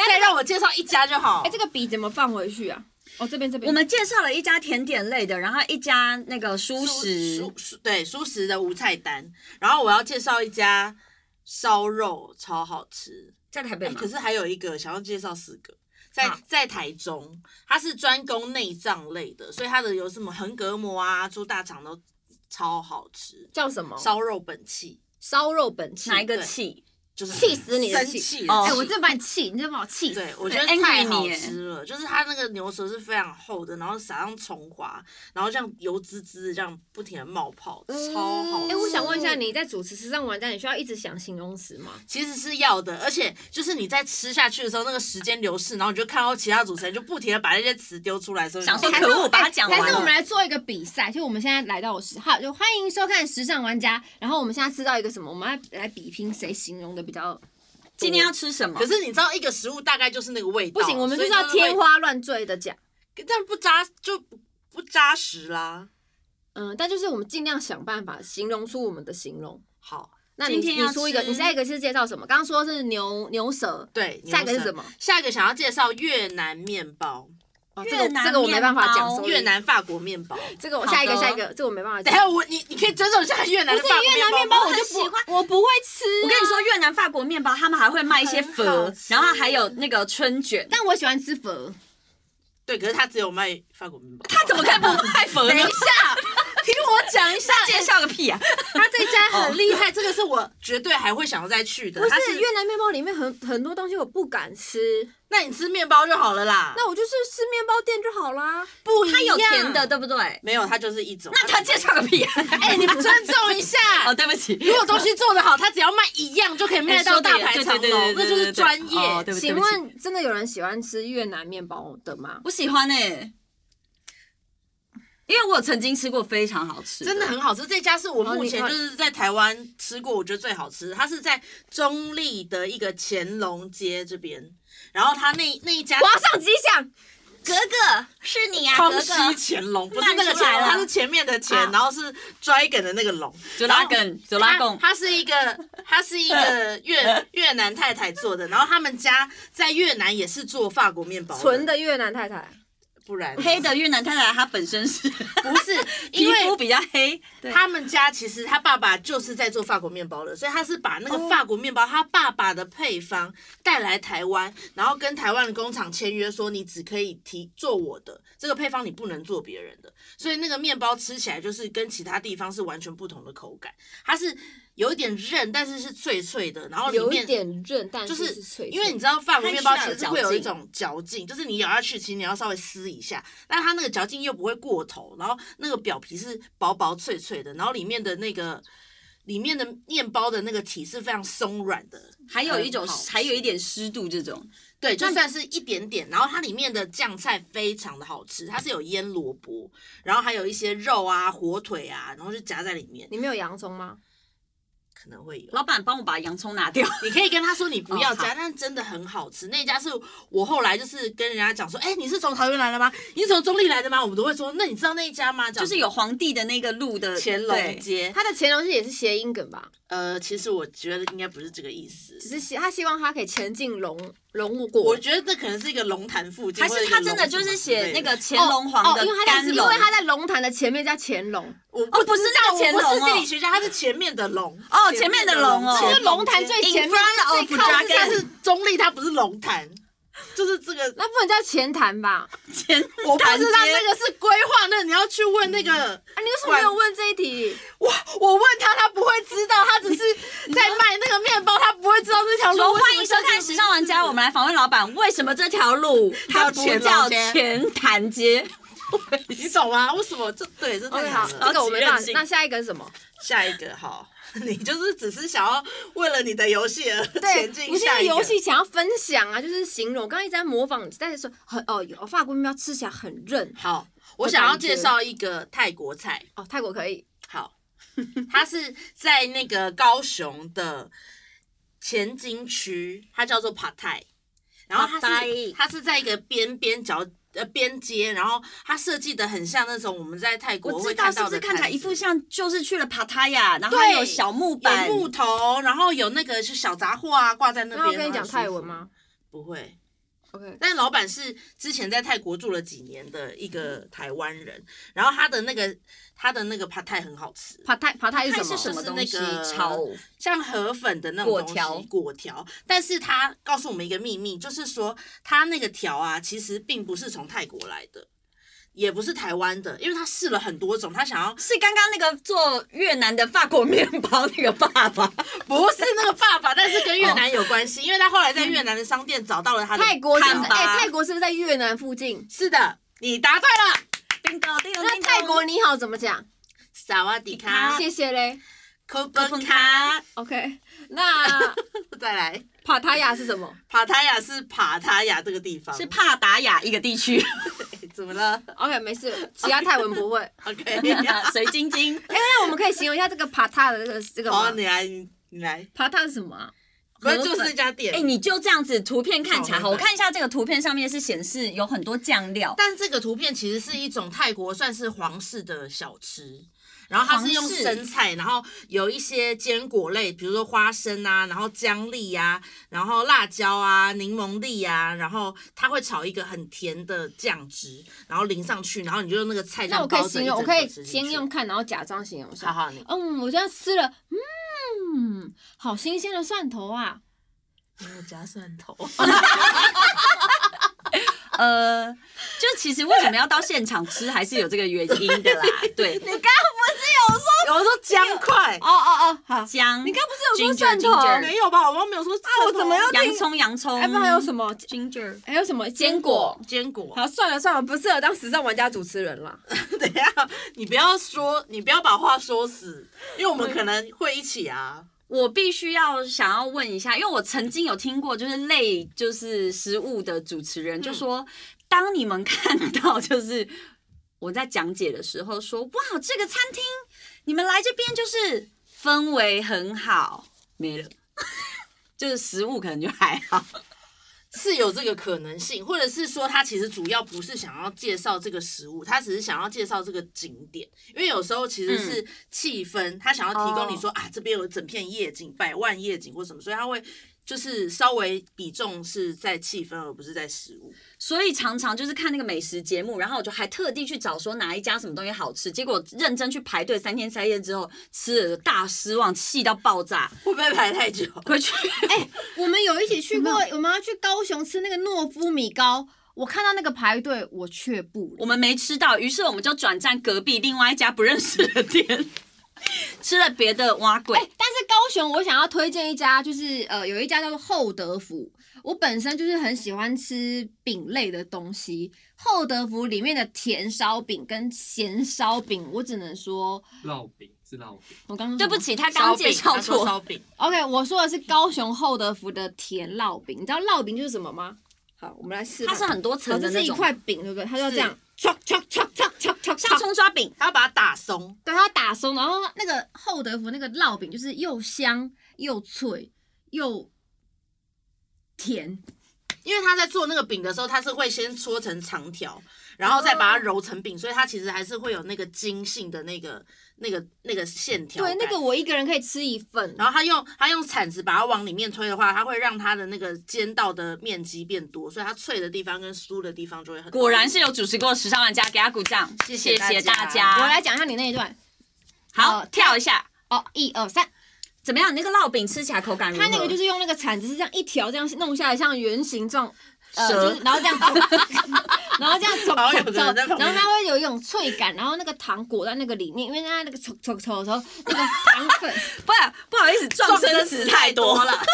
C: 再让我介绍一家就好。
B: 哎，这个笔怎么放回去啊？哦，这边这边。
A: 我们介绍了一家甜点类的，然后一家那个
C: 舒
A: 蔬食
C: 舒，舒对舒适的无菜单，然后我要介绍一家烧肉超好吃，
A: 在台北
C: 哎
A: 吗
C: 可？是还有一个想要介绍四个，在
A: 好
C: 在台中，它是专攻内脏类的，所以它的有什么横膈膜啊、猪大肠都超好吃。
B: 叫什么？
C: 烧肉本气
B: 烧肉本气。
A: 哪一个
C: 对
A: 气？
C: 就是
B: 气死你的
C: 生
B: 气
C: 气
A: 哦
B: 哎、
C: 气
B: 我真的把你气，你真的把我气死。
C: 对，我觉得
A: 对，angry
C: 太好
A: 你耶
C: 吃了，就是它那个牛舌是非常厚的，然后撒上葱花，然后这样油滋滋的，这样不停的冒泡，超好吃。
B: 哎、我想问一下，你在主持时尚玩家，你需要一直想形容词吗？
C: 其实是要的，而且就是你在吃下去的时候，那个时间流逝，然后你就看到其他主持人就不停的把那些词丢出来的时候，
A: 想说
C: 你就
A: 可恶，把它
B: 哎
A: 讲
B: 还
A: 完
B: 是我们
A: 了。
B: 来做一个比赛，就我们现在来到我十号，就欢迎收看《时尚玩家》。然后我们现在吃到一个什么？我们要来比拼谁形容的比较
A: 今天要吃什么
C: 可？是你知道一个食物大概就是那个味道，
B: 不行，我们就是要
C: 所以
B: 天
C: 会，
B: 花乱坠的讲。
C: 这样不扎就不不扎实啦。
B: 嗯，但就是我们尽量想办法形容出我们的形容。
C: 好，
B: 那你
A: 今天
B: 你
A: 要
B: 出一个，
A: 吃
B: 你下一个是介绍什么？刚刚说是牛牛舌，
C: 对，
B: 下一个
C: 牛
B: 是
C: 舌
B: 什？么？
C: 下一个想要介绍越南面包，
B: 哦，
A: 越
B: 这个
A: 南
B: 这个我没办法讲
A: 面包，
B: sorry
C: 越南法国面包。
B: 这个我
A: 好
B: 下一个
A: 的
B: 下一个，这我没办法
C: 等
B: 讲
C: 一。下我你你可以遵守一下越南的
B: 不是
C: 法国
B: 越南面
C: 包
B: 包，
C: 吗，
B: 我就
A: 很喜
B: 不
A: 欢
B: 我不会吃、
A: 我跟你，说，越南、法国面包他们还会卖一些粉
C: 很好，吃
A: 然后还有那个春卷。
B: 但我喜欢吃粉。
C: 对，可是他只有卖法国面包。
A: [LAUGHS] 他怎么可以不卖粉
B: 等一
A: 呢？
B: 下，听我讲一下，
A: 介绍个屁呀、啊！
C: 他这家很厉害，这个是我绝对还会想要再去的。
B: 不
C: 它
B: 哦是越南面包里面很很多东西我不敢吃，
C: 那你吃面包就好了啦。
B: 那我就是吃面包店就好啦。
C: 不一样，
A: 它有甜的，对不对？
C: 没有，它就是一种。
A: 那
C: [LAUGHS]
A: 他介绍个屁啊呀、
C: 哎、你不尊重一下。
A: [LAUGHS] 哦，对不起，
C: 如果东西做得好，它只要卖一样就可以卖
A: 哎
C: 到
A: 说得
C: 大
A: 也
C: 排
A: 对
C: 长
A: 对对对
C: 龙，那
A: 对
C: 就是
A: 对对
C: 专
A: 哦
C: 业。
A: 对不对
B: 请
A: 不起
B: 问真的有人喜欢吃越南面包的吗？
A: 我喜欢呢、欸因为我有曾经吃过非常好吃，
C: 真的很好吃，这家是我
B: 哦
C: 目
B: 你
C: 前
B: 看
C: 就是在台湾吃过，我觉得最好吃的。它是在中立的一个乾隆街这边，然后它那那一家
B: 我要上吉祥，
A: 格格是你啊，
C: 康
A: 格
C: 熙
A: 格，
C: 乾隆不是
A: 烂
C: 那个
A: 出来
C: 乾隆，
A: 了
C: 它是前面的
A: 啊
C: 乾，然后是 dragon 的那个龙，
A: 九拉根，九拉贡，
C: 它它是一个，它是一个越 [LAUGHS] 越南太太做的，然后他们家在越南也是做法国面包，
B: 纯，的越南太太，
C: 不然呢
A: 黑的越南太太，她本身是
C: 不是，
A: 皮
C: 因为
A: 肤比较黑，对
C: 他们家其实他爸爸就是在做法国面包的，所以他是把那
B: 哦
C: 个法国面包他爸爸的配方带来台湾，然后跟台湾的工厂签约说，你只可以提做我的这个配方，你不能做别人的。所以那个面包吃起来就是跟其他地方是完全不同的口感，它是有一点韧，但是是脆脆的，然后里
B: 有一
C: 面。
B: 点韧，但
C: 就是
B: 是脆脆的，
C: 因为你知道法国面包其实
A: 它需要有
C: 会有一
A: 嚼劲
C: 种嚼劲，就是你咬下去，其实你要稍微撕一下，但它那个嚼劲又不会过头，然后那个表皮是薄薄脆脆的，然后里面的那个里面的面包的那个体是非常松软的，
A: 还有一种
C: 很好吃
A: 还有一点湿度这种，
C: 对，就算是一点点。然后它里面的酱菜非常的好吃，它是有腌萝卜，然后还有一些肉啊、火腿啊，然后就夹在里面，
B: 你没有洋葱吗？
C: 可能会有。
A: 老板帮我把洋葱拿 [LAUGHS] 掉，
C: 你可以跟他说你不要
A: 哦
C: 加，但真的很好吃。那家是我后来就是跟人家讲说，哎、你是从桃园来的吗？你是从中立来的吗？我们都会说，那你知道那一家吗？这
A: 就
C: 样
A: 是有皇帝的那个路的
C: 乾隆
A: 对
C: 街。
B: 他的乾隆是也是谐音梗吧？
C: 呃，其实我觉得应该不是这个意思。
B: 只是希他希望他可以前进龙龙过。
C: 我觉得那可能是一个龙潭附近，
A: 还是他真的就是写那个乾隆皇
B: 哦，
A: 的
B: 因为他
A: 干
B: 在因
A: 龙，
B: 为他在龙潭的前面叫乾隆，
C: 我
A: 哦不是那个乾隆哦
C: 我不是地理学家，他是前面的龙
A: 哦前面的龙哦
C: 前
B: 就
C: 面
B: 是
C: 的
B: 龙潭最前
A: In
B: 面
A: front
B: 最
A: of
B: 靠近，
A: dragon
C: 但是中立它不是龙潭，就是这个
B: 那不能叫前潭吧？
A: 乾隆
C: 我不
A: 潭
C: 知道
A: 街
C: 那个是规划，那你要去问那个。
B: 啊，你为什么没有问这一题？
C: 我我问他，他不会知道，他只是 [LAUGHS] 在卖那个面包，他不会知道这条
A: 说
C: 路。
A: 欢迎收看《时尚玩家》，我们来访问老板，为什么这条路它不叫前潭街？
C: 你懂吗？为什么这对啊这
B: OK，
C: 太
B: 好，
C: 难了？
B: 这个我没
A: 超级
B: 办
A: 任
B: 法
A: 性。
B: 那下一个是什
C: [LAUGHS]
B: 么？
C: 下一个好，你就是只是想要为了你的游戏而
B: 对，
C: 前进
B: 我现
C: 下
B: 在
C: 一个
B: 游戏想要分享啊，就是形容。我刚刚一直在模仿，但是说很哦，有法国面包吃起来很韧
C: 好，我想要介绍一个泰国菜。
B: 哦，泰国可以。
C: 好， [LAUGHS] 它是在那个高雄的前金区，它叫做帕泰，然后它
A: Pattaya
C: 是它是在一个边边角呃边街，然后它设计的很像那种我们在泰国
A: 我
C: 会
A: 知道，
C: 看
A: 是
C: 到
A: 不
C: 的
A: 是看起来
C: 摊
A: 一
C: 子
A: 副像就是去了帕塔亚，然后还有小木板，
C: 有木头，然后有那个是小杂货啊挂在那边。
B: 那我跟你
C: 然后
B: 讲
C: 很舒
B: 泰文
C: 服？
B: 吗
C: 不会，
B: ？OK，
C: 但是老板是之前在泰国住了几年的一个台湾人，然后他的那个他的那个 p 泰很好吃，
B: 爬泰爬泰是
A: 它
B: 什
A: 是什
B: 么？
A: 么东西
C: 就是那个？
A: 炒
C: 像河粉的那种
A: 果
C: 东西
A: 条
C: 果条。但是他告诉我们一个秘密，就是说他那个条啊，其实并不是从泰国来的。也不是台湾的，因为他试了很多种，
A: [LAUGHS]
C: 他想要
A: 是刚刚那个做越南的法国面包那个爸爸，
C: 不是那个爸爸，但是跟
A: 哦
C: 越南有关系，因为他后来在
A: 嗯
C: 越南的商店找到了他的
B: 泰国是不
A: 看
B: 是
A: 吧
B: 哎，泰国是不是在越南附近？
C: 是的，你答对了。
A: 叮咚叮咚
B: 那
A: 叮咚
B: 泰国你好怎么讲？
C: 萨瓦迪卡，
B: 谢谢嘞。
C: 科本卡，
B: OK，那
C: 再来。
B: 帕塔亚是什
C: [LAUGHS]
B: 么
C: 帕塔亚是帕塔亚这个地方，哎
A: 是帕达雅一个地
B: [LAUGHS]
A: 区，
C: 怎么了
B: ？OK，没事，其他泰文不会。
A: [LAUGHS]
C: ？OK，
A: 水晶晶。
B: 哎，那我们可以形容一下这个帕塔的这个这个
C: 好，啊
B: 吗？
C: 你来，你你来，
B: 帕塔是什么啊？
C: 不
A: 河
C: 是
A: 粉
C: 就是这家
A: [LAUGHS]
C: 店。
A: 哎、你就这样子，图片看起来好。
C: 小
A: 我
C: 河粉
A: 看一下这个图片上面是显示有很多酱
B: [LAUGHS]
A: 料，
C: 但这个图片其实是一种泰国算是皇室的小吃，然后它是用
A: 皇室
C: 生菜，然后有一些坚果类，比如说花生啊，然后姜粒啊，然后辣椒啊，柠檬粒啊，然后它会炒一个很甜的酱汁，然后淋上去，然后你就用那个菜
B: 那
C: 酱
B: 我可
C: 包
B: 以
C: 着一
B: 形
C: 整
B: 容，我
C: 口
B: 可以
C: 吃进去
B: 先用。看，然后假装形容一
C: 好
B: 下。
C: 好，你
B: 嗯，我这样吃了，嗯，好新鲜的蒜头啊！
C: 没有加蒜头。
B: [LAUGHS]
A: 呃，就其实为什么要到现场吃，还是有这个原因的啦。对，你刚刚不
C: 有的时候姜块，
B: 哦哦哦，好，
A: 姜，
B: 你刚不是有说
A: Ginger，
B: 蒜头？
A: ginger
B: 哎，
C: 没有吧？我们没有说啊
B: 我怎么又
A: 洋葱洋葱，
B: 哎不知道还有什么？
A: ginger，
B: 还有什么嗯坚果？
C: 坚果？
B: 好，算了算了，不适合当时尚玩家主持人啦。
C: 等一下，你不要说，你不要把话说死，因为我们可能会一起啊。
A: 我必须要想要问一下，因为我曾经有听过，就是类就是食物的主持人就说，当你们看到就是我在讲解的时候说，哇，这个餐厅你们来这边就是氛围很好，没了， [LAUGHS] 就是食物可能就还好，
C: 是有这个可能性，或者是说他其实主要不是想要介绍这个食物，他只是想要介绍这个景点，因为有时候其实是
A: 嗯
C: 气氛，他想要提供
A: 哦
C: 你说、啊这边有整片夜景、百万夜景或什么，所以他会就是稍微比重是在气氛而不是在食物。
A: 所以常常就是看那个美食节目，然后我就还特地去找说哪一家什么东西好吃，结果认真去排队三天三夜之后，吃了大失望，气到爆炸，
C: 会不会排
A: [LAUGHS]
C: 太久？
A: 回去
B: [LAUGHS] 我们有一起去过，我们要去高雄吃那个诺夫米糕，我看到那个排队，我却步了。
A: 我们没吃到，于是我们就转战隔壁另外一家不认识的店， [LAUGHS] 吃了别的蛙鬼。
B: 哎、但是高雄我想要推荐一家，就是呃，有一家叫做厚德福。我本身就是很喜欢吃饼类的东西，厚德福里面的甜烧饼跟咸烧饼，我只能说，
D: 烙饼是烙饼，
B: 我刚刚
A: 对
B: 说什么
A: 不起，他刚介绍
C: 他说
A: 错，
C: 烧饼，
B: OK，我说的是高雄厚德福的甜烙饼，你知道烙饼就是什么吗？好，我们来试看。
A: 它是很多
B: 哦，
A: 层
B: 这
A: 的
B: 是
A: 那
B: 一
A: 种，
B: 块饼，对不对？它就要这样，唰唰唰唰唰唰
A: 像
B: 唰，
A: 葱抓饼，
C: 他要把它打松，
B: 对，它要打松，然后那个厚德福那个烙饼就是又香又脆又甜，
C: 因为他在做那个饼的时候，他是会先搓成长条，然后再把
A: 哦
C: 它揉成饼，所以它其实还是会有那个筋性的那个、那个、那个线条
B: 对
C: 感。，
B: 那个我一个人可以吃一份。
C: 然后他用他用铲子把它往里面推的话，它会让它的那个煎到的面积变多，所以它脆的地方跟酥的地方就会很多。
A: 果然是有主持过时尚玩家，给他鼓掌，
C: 谢
A: 谢
C: 谢
A: 谢大
C: 大家
A: 家。
B: 我来讲一下你那一段
A: 好
B: 呃
A: 跳一下，
B: 哦，一二三，
A: 怎么样？那个烙饼吃起来口感
C: 嗯
A: 如何？
B: 它那个就是用那个铲子是这样一条这样弄下来，像圆形状，呃，
A: 蛇
B: 就是然后这样
C: [LAUGHS]
B: 走，然后这样走
C: 然后
B: 走
C: 有个
B: 走
C: 人在，旁边
B: 然后它会有一种脆感，然后那个糖裹在那个里面，因为它那个 [LAUGHS] 搓搓搓的时候，那个糖粉
A: 不不好意思，撞
C: 撞
A: 生
C: 生
A: 词
C: 词
A: 太
C: 太
A: 多
C: 多
A: 了
C: 了，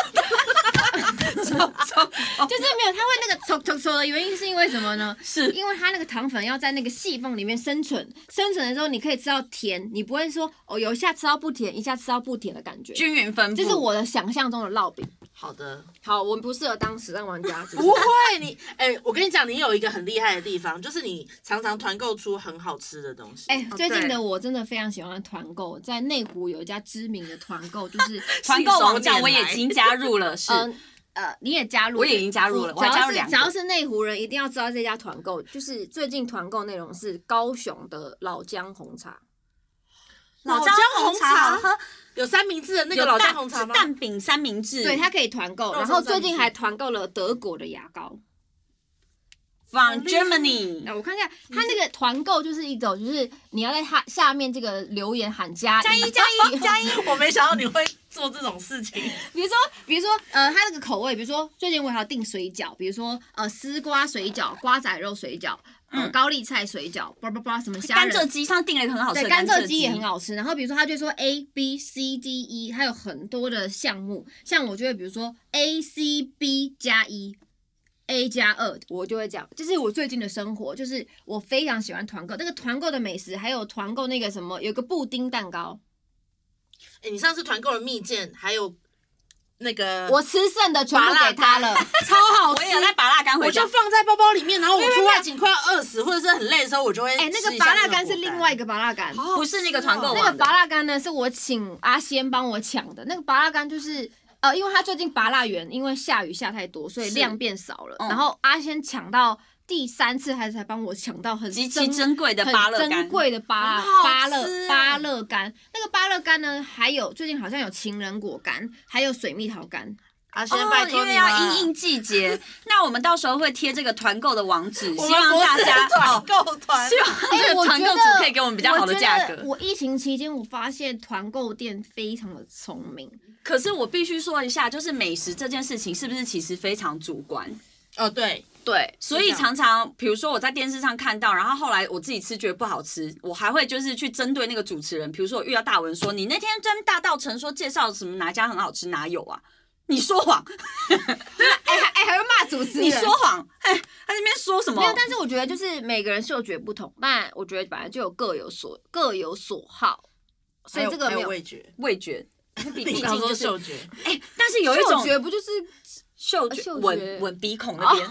B: [LAUGHS] 就是没有，它会那个搓搓搓的原因是因为什么呢？
A: [LAUGHS] 是
B: 因为它那个糖粉要在那个细缝里面生存，生存的时候你可以吃到甜，你不会说哦有一下吃到不甜，一下吃到不甜的感觉。
A: 均匀分布。
B: 这是我的想象中的烙饼。
C: 好的，
B: 好，我们不适合当时尚玩家。
C: 不会 [LAUGHS] 你哎、我跟你讲，你有一个很厉害的地方，就是你常常团购出很好吃的东西。
B: 哎、最近
A: 对
B: 的我真的非常喜欢团购，在内湖有一家知名的团购，就是
A: [LAUGHS] 团购网站
C: 信手拈
A: 我也
C: 来
A: 已经加入了，是
B: 嗯呃，你也加入了，
A: 我也已经加入了我
B: 只
A: 还加
B: 要
A: 入
B: 是
A: 两个
B: 只要是内湖人，一定要知道这家团购，就是最近团购内容是高雄的老姜红茶，
A: 老
C: 老
A: 姜红
C: 姜红
A: 茶
C: 茶
A: 好喝，
C: 有三明治的那
A: 有
C: 个老
A: 蛋
C: 姜红茶吗？
A: 蛋饼三明治，
B: 对，它可以团购，
C: 肉
B: 然后
C: 松
B: 最
C: 蘸
B: 近
C: 酱
B: 还团购了德国的牙膏。
A: from Germany
B: 哎、。我看一下，它那个团购就是一种，就是你要在它下面这个留言喊加
A: 加一加
B: [LAUGHS]
A: 一加一，
C: 我没想到你会做这种事情，
B: 比如说，比如说，呃，它那个口味，比如说最近我还有订水饺，比如说呃丝瓜水饺、瓜仔肉水饺、呃
A: 嗯
B: 高丽菜水饺，叭叭叭什么虾
A: 甘蔗
B: 仁。
A: 鸡上订了一个很好吃
B: 对，
A: 的
B: 甘
A: 蔗
B: 蔗鸡也很。好吃。然后比如说，他就说 A B C D E，它有很多的项目。像我就会比如说 A C B 加一，A 加二，我就会这样。这是我最近的生活，就是我非常喜欢团购。那个团购的美食，还有团购那个什么，有个布丁蛋糕，
C: [LAUGHS] 哎、你上次团购了蜜饯，还有那个，
B: 我吃剩的全部给他了，超好
A: [LAUGHS] 我
B: 吃。
A: 也有带拔辣干回
C: 嗯我
A: 家
C: 就，放在包包里面，然后我出外景快要饿死或者是很累的时候，我就会
B: 哎、那
C: 吃
B: 个
C: 一下
B: 拔
C: 那
B: 辣干是
C: 果
B: 另外一个拔辣干，
C: 好好
A: 不是那个
C: 吃哦
A: 团购
B: 那
A: 网
B: 个
A: 的
B: 拔辣干呢是我请阿仙帮我抢的。那个拔辣干就是呃，因为他最近拔辣园因为下雨下太多，所以
A: 是
B: 量变少了。
A: 嗯
B: 然后阿仙抢到第三次，还是才帮我抢到很
A: 极其
B: 珍
A: 珍贵的
B: 很
A: 芭乐干
B: 珍，贵的芭
C: 很好
B: 芭
C: 吃
B: 乐
C: 哎
B: 芭
A: 欸
B: 乐干。那个芭乐干呢，还有最近好像有情人果干，还有水蜜桃干。
C: 啊，现在拜
A: 哦，因
C: 托
A: 为
C: 你
A: 要
C: 了
A: 因应季节，那我们到时候会贴这个团购的网址，
C: 我
A: 希
C: 们
A: 望
C: 不
A: 大
C: 是
A: 家
C: 团
A: 哦，
C: 购 [LAUGHS] 团
A: 希望
B: 哎
A: 这个
B: 我
A: 团
B: 觉
A: 购
B: 得
A: 组可以给我们比较好的
B: 我觉
A: 价
B: 得
A: 格。
B: 我疫情期间，我发现团购店非常的聪明。
A: 可是我必须说一下，就是美食这件事情是不是其实非常主观？
C: 哦，对，
A: 对，所
C: 这
A: 以
C: 样
A: 常常比如说我在电视上看到，然后后来我自己吃觉得不好吃，我还会就是去针对那个主持人，比如说我遇到大文说你那天跟大道城说介绍什么哪家很好吃，哪有啊？你说谎，
B: 哎还哎还会骂主持人，
A: 你说谎，哎，他在那边说
B: [LAUGHS]
A: 什么
B: 没？有，但是我觉得就是每个人嗅觉不同，但我觉得本来就有各有所各有所好，所以这个
C: 还
B: 没
C: 有还有
B: 有。
C: 味觉，
A: 味觉，毕
C: 你
A: 毕竟
C: 刚刚
A: 就
C: 说
A: 是
C: 嗅觉，
A: 哎，但是有一种
B: 嗅觉不就是
A: 嗅
B: 啊
A: 觉
B: 哦嗅觉
A: 闻闻鼻孔那边，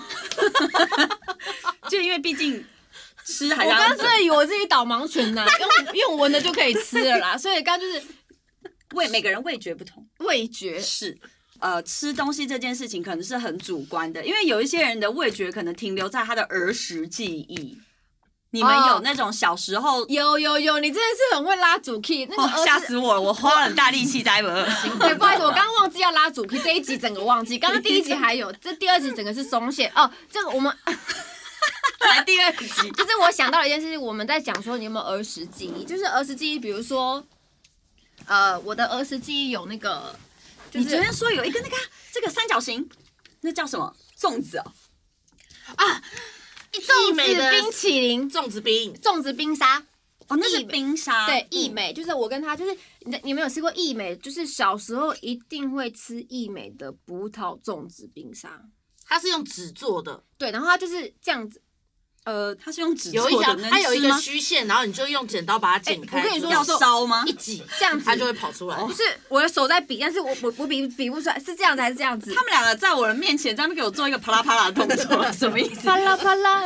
A: [LAUGHS] 就因为毕竟吃还
B: 我
A: 让
B: 刚刚真的以为我自己导盲犬呐、用用闻的就可以吃了啦，所以刚刚就是
A: 味每个人味觉不同。
B: 味觉，
A: 是。呃，吃东西这件事情可能是很主观的，因为有一些人的味觉可能停留在他的儿时记忆。你们
B: 哦
A: 有那种小时候？
B: 有有有，你真的是很会拉主 key，那个
A: 哦
B: 儿子
A: 吓、死我了！我花了很大力气在闻。
B: 对，不好意思，我刚刚忘记要拉主 key，这一集整个忘记，刚刚第一集还有，这第二集整个是松懈哦。这个我们，
A: 才第二集
B: 就是我想到了一件事情，我们在讲说你有没有儿时记忆，就是儿时记忆，比如说，呃，我的儿时记忆有那个，就
A: 你昨
B: 是
A: 天说有一个那个啊这个三角形，那叫什么粽子哦？
C: 一
B: 粽
C: 美
B: 子
C: 的
B: 冰淇淋、
C: 粽子冰，
B: 粽子冰沙，
A: 哦，那是
B: 益美
A: 冰沙。
B: 对，益
A: 益
B: 美就是我跟他就是你你们有吃过益美？就是小时候一定会吃益美的葡萄粽子冰沙，
C: 它是用纸做的，
B: 对，然后它就是这样子，呃，
A: 嗯它是用纸
C: 有
A: 做
C: 一条
A: 的，能
C: 它有一
A: 吃
C: 个
A: 吗？
C: 虚线，然后你就用剪刀把它剪开。
B: 哎我跟你说
A: 要
C: 就是
A: 烧吗 [LAUGHS]
C: 一？挤，
B: 这样子
C: 它就会跑出来。
A: 哦
B: 就是我的手在比，但是我我我比比不出来是这样子还是这样子
A: 他。们两个在我的面前，在那边给我做一个啪啦啪啦的动作，什么意思？
B: 啪啦啪啦，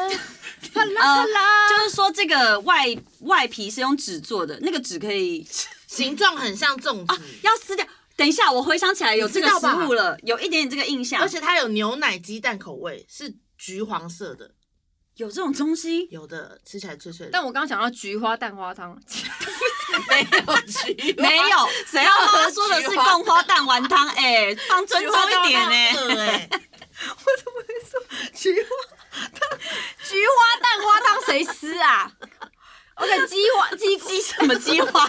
B: 啪啦啪啦，
A: 就是说这个外外皮是用纸做的，那个纸可以
C: 形状很像粽子，
A: 要撕掉。等一下，我回想起来有这个
C: 你知
A: 食
C: 道吧
A: 物了，有一点点这个印象。
C: 而且它有牛奶鸡蛋口味，是橘黄色的，
A: 有这种东西，
C: 有的吃起来脆脆的。
B: 但我刚刚想到菊花蛋花汤，
C: 没有 [LAUGHS] 啊橘花，
A: 没有，谁要喝？他说的是
C: 菊花
A: 贡花蛋丸汤，哎、放尊
C: 橘
A: 重
C: 花
A: 一点哎、
C: 到很饿哎，
A: [LAUGHS]
B: 菊花蛋，菊花蛋花汤谁吃
A: [LAUGHS]
B: 啊？OK，鸡花鸡鸡
A: 什么鸡花？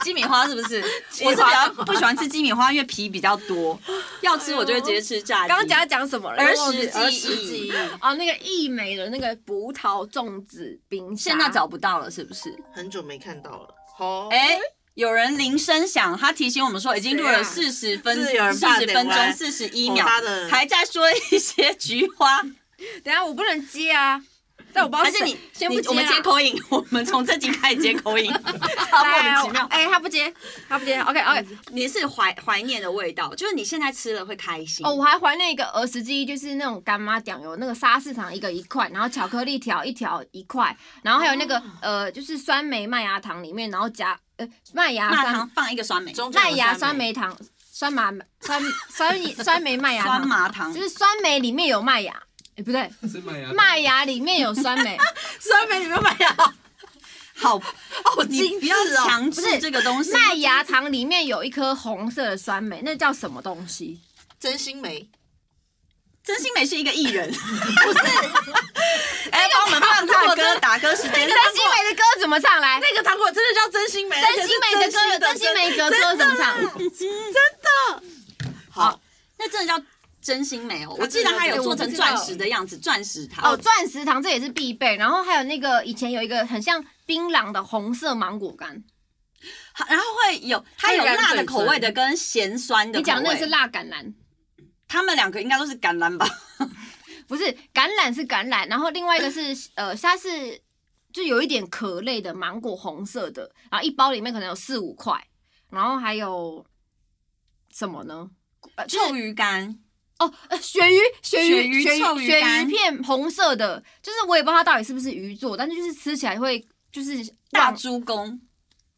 A: 鸡米花是不是？我是比较不喜欢吃鸡米花，因为皮比较多。要吃我就会直接吃炸鸡。
B: 刚刚讲在讲什么了？
A: 儿
B: 忘记
A: 时
B: 儿
A: 记
B: 记
A: 忆，
B: 啊，那个益美的那个葡萄粽子冰沙，
A: 现在找不到了，是不是？
C: 很久没看到了。好，
A: 哎、有人铃声响，他提醒我们说已经录了四十分
C: 是有人
A: 啊四
C: 怕
A: 十
C: 等
A: 分钟
C: 完
A: 四十一秒
C: 火大的，
A: 还在说一些菊花，
B: 等一下我不能接啊，但我不知道
A: 还是
B: 谁
A: 你
B: 先
A: 你
B: 不接啊
A: 我们
B: 啦
A: 接啊口音， [LAUGHS] 我们从这集开始接口 [LAUGHS] 音，超莫名其妙。
B: 哎，他不接，他不接。OK
A: [LAUGHS]
B: OK，
A: 你是怀怀念的味道，就是你现在吃了会开心
B: 哦，我还怀念一个儿时记忆，就是那种干妈酱油，那个沙市场一个一块，然后巧克力条一条一块，然后还有那
A: 哦
B: 个、呃，就是酸梅麦芽糖里面，然后夹呃麦芽
A: 那
B: 酸
A: 糖放一个酸梅，
C: 中间有
B: 麦芽酸
C: 梅，
B: 梅糖酸麻酸酸酸梅麦芽
A: 啊酸
B: 糖，
A: 麻糖
B: 就，是酸梅里面有麦芽，哎、不对，
D: 是麦芽
B: 麦芽里面有酸梅，
A: 酸梅你们买啊， [LAUGHS] 好，
C: 好
A: 你不
C: 精致
A: 要
C: 哦，
A: 强制这个东西，
B: 麦芽糖里面有一颗红色的酸梅，那叫什么东西？
C: 真心梅，
A: 真心梅是一个艺人，不是？ [LAUGHS] 哎，帮我们放大哥打歌时间，
B: 真心梅的歌怎么唱来？
C: 那个糖果真的叫真心梅，
B: 真心梅的歌有，
C: 而
B: 真
C: 且是
B: 心
C: 真
B: 梅的歌怎么唱？
C: 好。
A: 那真的叫真心梅哦，
C: 它
A: 我记得
C: 真的
A: 它有
B: 对
A: 做
B: 我不
A: 成
B: 知
A: 钻
B: 道
A: 石的样子，钻石糖。
B: 哦，钻石糖这也是必备。然后还有那个以前有一个很像槟榔的红色芒果干，
A: 好然后会有它有辣的口味的跟咸酸的口味。
B: 你讲那个是辣橄榄，
A: 他们两个应该都是橄榄
B: [LAUGHS]
A: 吧？
B: 不是橄榄是橄榄，然后另外一个是呃，它是就有一点壳类的芒果红色的，然后一包里面可能有四五块，然后还有什么呢？呃就是
A: 臭鱼干，
B: 哦，呃鳕鱼，鳕
A: 鳕
B: 鱼，
A: 鱼
B: 鳕鱼，
A: 臭鱼
B: 鳕
A: 干
B: 鱼片红色的，就是我也不知道它到底是不是鱼做，但是就是吃起来会就是
A: 大
B: 忘
A: 猪公。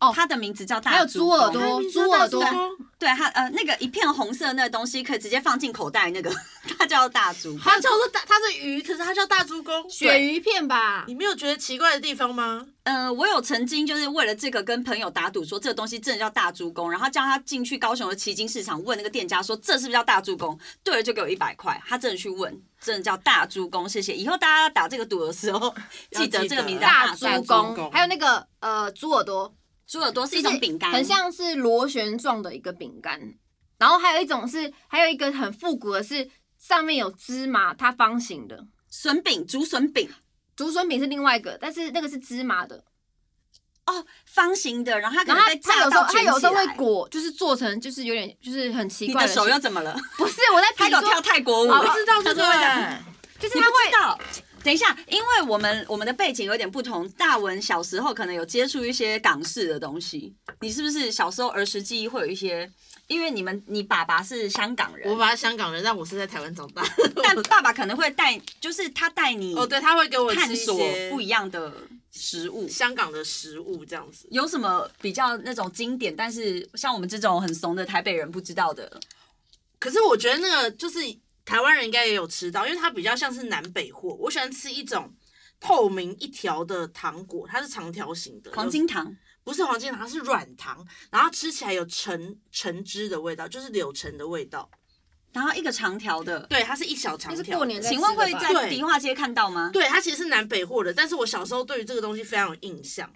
B: 哦
A: 它的名字叫大
B: 还有
A: 猪
B: 猪耳
A: 公
B: 朵
C: 它名字
B: 猪
C: 叫大啊
B: 耳朵
A: 对它呃那个一片红色的那个东西可以直接放进口袋那个， [LAUGHS] 它叫大猪公。
C: 它叫做大，它是鱼，可是它叫大猪公。
B: 鳕鱼片吧
C: 你，没有觉得奇怪的地方吗？
A: 呃，我有曾经就是为了这个跟朋友打赌说这个东西真的叫大猪公，然后叫他进去高雄的旗津市场问那个店家说这是不是叫大猪公，对了就给我一百块，他真的去问，真的叫大猪公，谢谢。以后大家打这个赌的时候，
C: 要
A: [LAUGHS] 记得
C: 记
A: 这个名字叫
C: 得
B: 大
A: 大
B: 猪
A: 猪公。
B: 公，
C: 公
B: 还有那个呃猪耳朵，
A: 猪耳朵是
B: 就
A: 一种饼干，
B: 很像是螺旋状的一个饼干。然后还有一种是，还有一个很复古的是，上面有芝麻，它方形的。
A: 笋饼、竹笋饼
B: 竹笋饼是另外一个，但是那个是芝麻的，
A: 哦，方形的，然后它可
B: 然
A: 能
B: 后它
A: 被
B: 它
A: 炸
B: 有时候
A: 到
B: 它
A: 卷
B: 有时候
A: 起
B: 会
A: 来
B: 裹，就是做成就是有点就是很奇
A: 你
B: 怪
A: 的
B: 的
A: 手
B: 形
A: 又怎么了？
B: 不是我在
A: 他
B: 比
A: 有
B: 如
A: [LAUGHS] 跳
B: 说，
A: 泰国舞，
B: 好
C: 不知道
A: 他
C: 对不
A: 就会讲
B: 就
C: 对？
B: 是
A: 你
B: 它
A: 不
B: 会
A: 知道。等一下，因为我们我们的背景有点不同。大文小时候可能有接触一些港式的东西，你是不是小时候儿时记忆会有一些？因为你们你爸爸是香港人
C: 我，爸爸香港人，但我是在台湾长大。
A: 但爸爸可能会带，就是他带你
C: 哦，对，他会给我吃
A: 探
C: 一
A: 索
C: 些
A: 不一样的食物。
C: 香港的食物这样子。
A: 有什么比较那种经典，但是像我们这种很怂的台北人不知道的？
C: 可是我觉得那个就是台湾人应该也有吃到，因为它比较像是南北货。我喜欢吃一种透明一条的糖果，它是长条形的，
A: 黄金糖
C: 不是黄金糖，它是软糖，然后吃起来有橙橙汁的味道，就是柳橙的味道。
A: 然后一个长条的，
C: 对，它是一小长
B: 那是
C: 条。
B: 过年在
A: 请问会
B: 吃的吧
A: 在
C: 对
A: 迪化街看到吗？
C: 对，它其实是南北货的，但是我小时候对于这个东西非常有印象。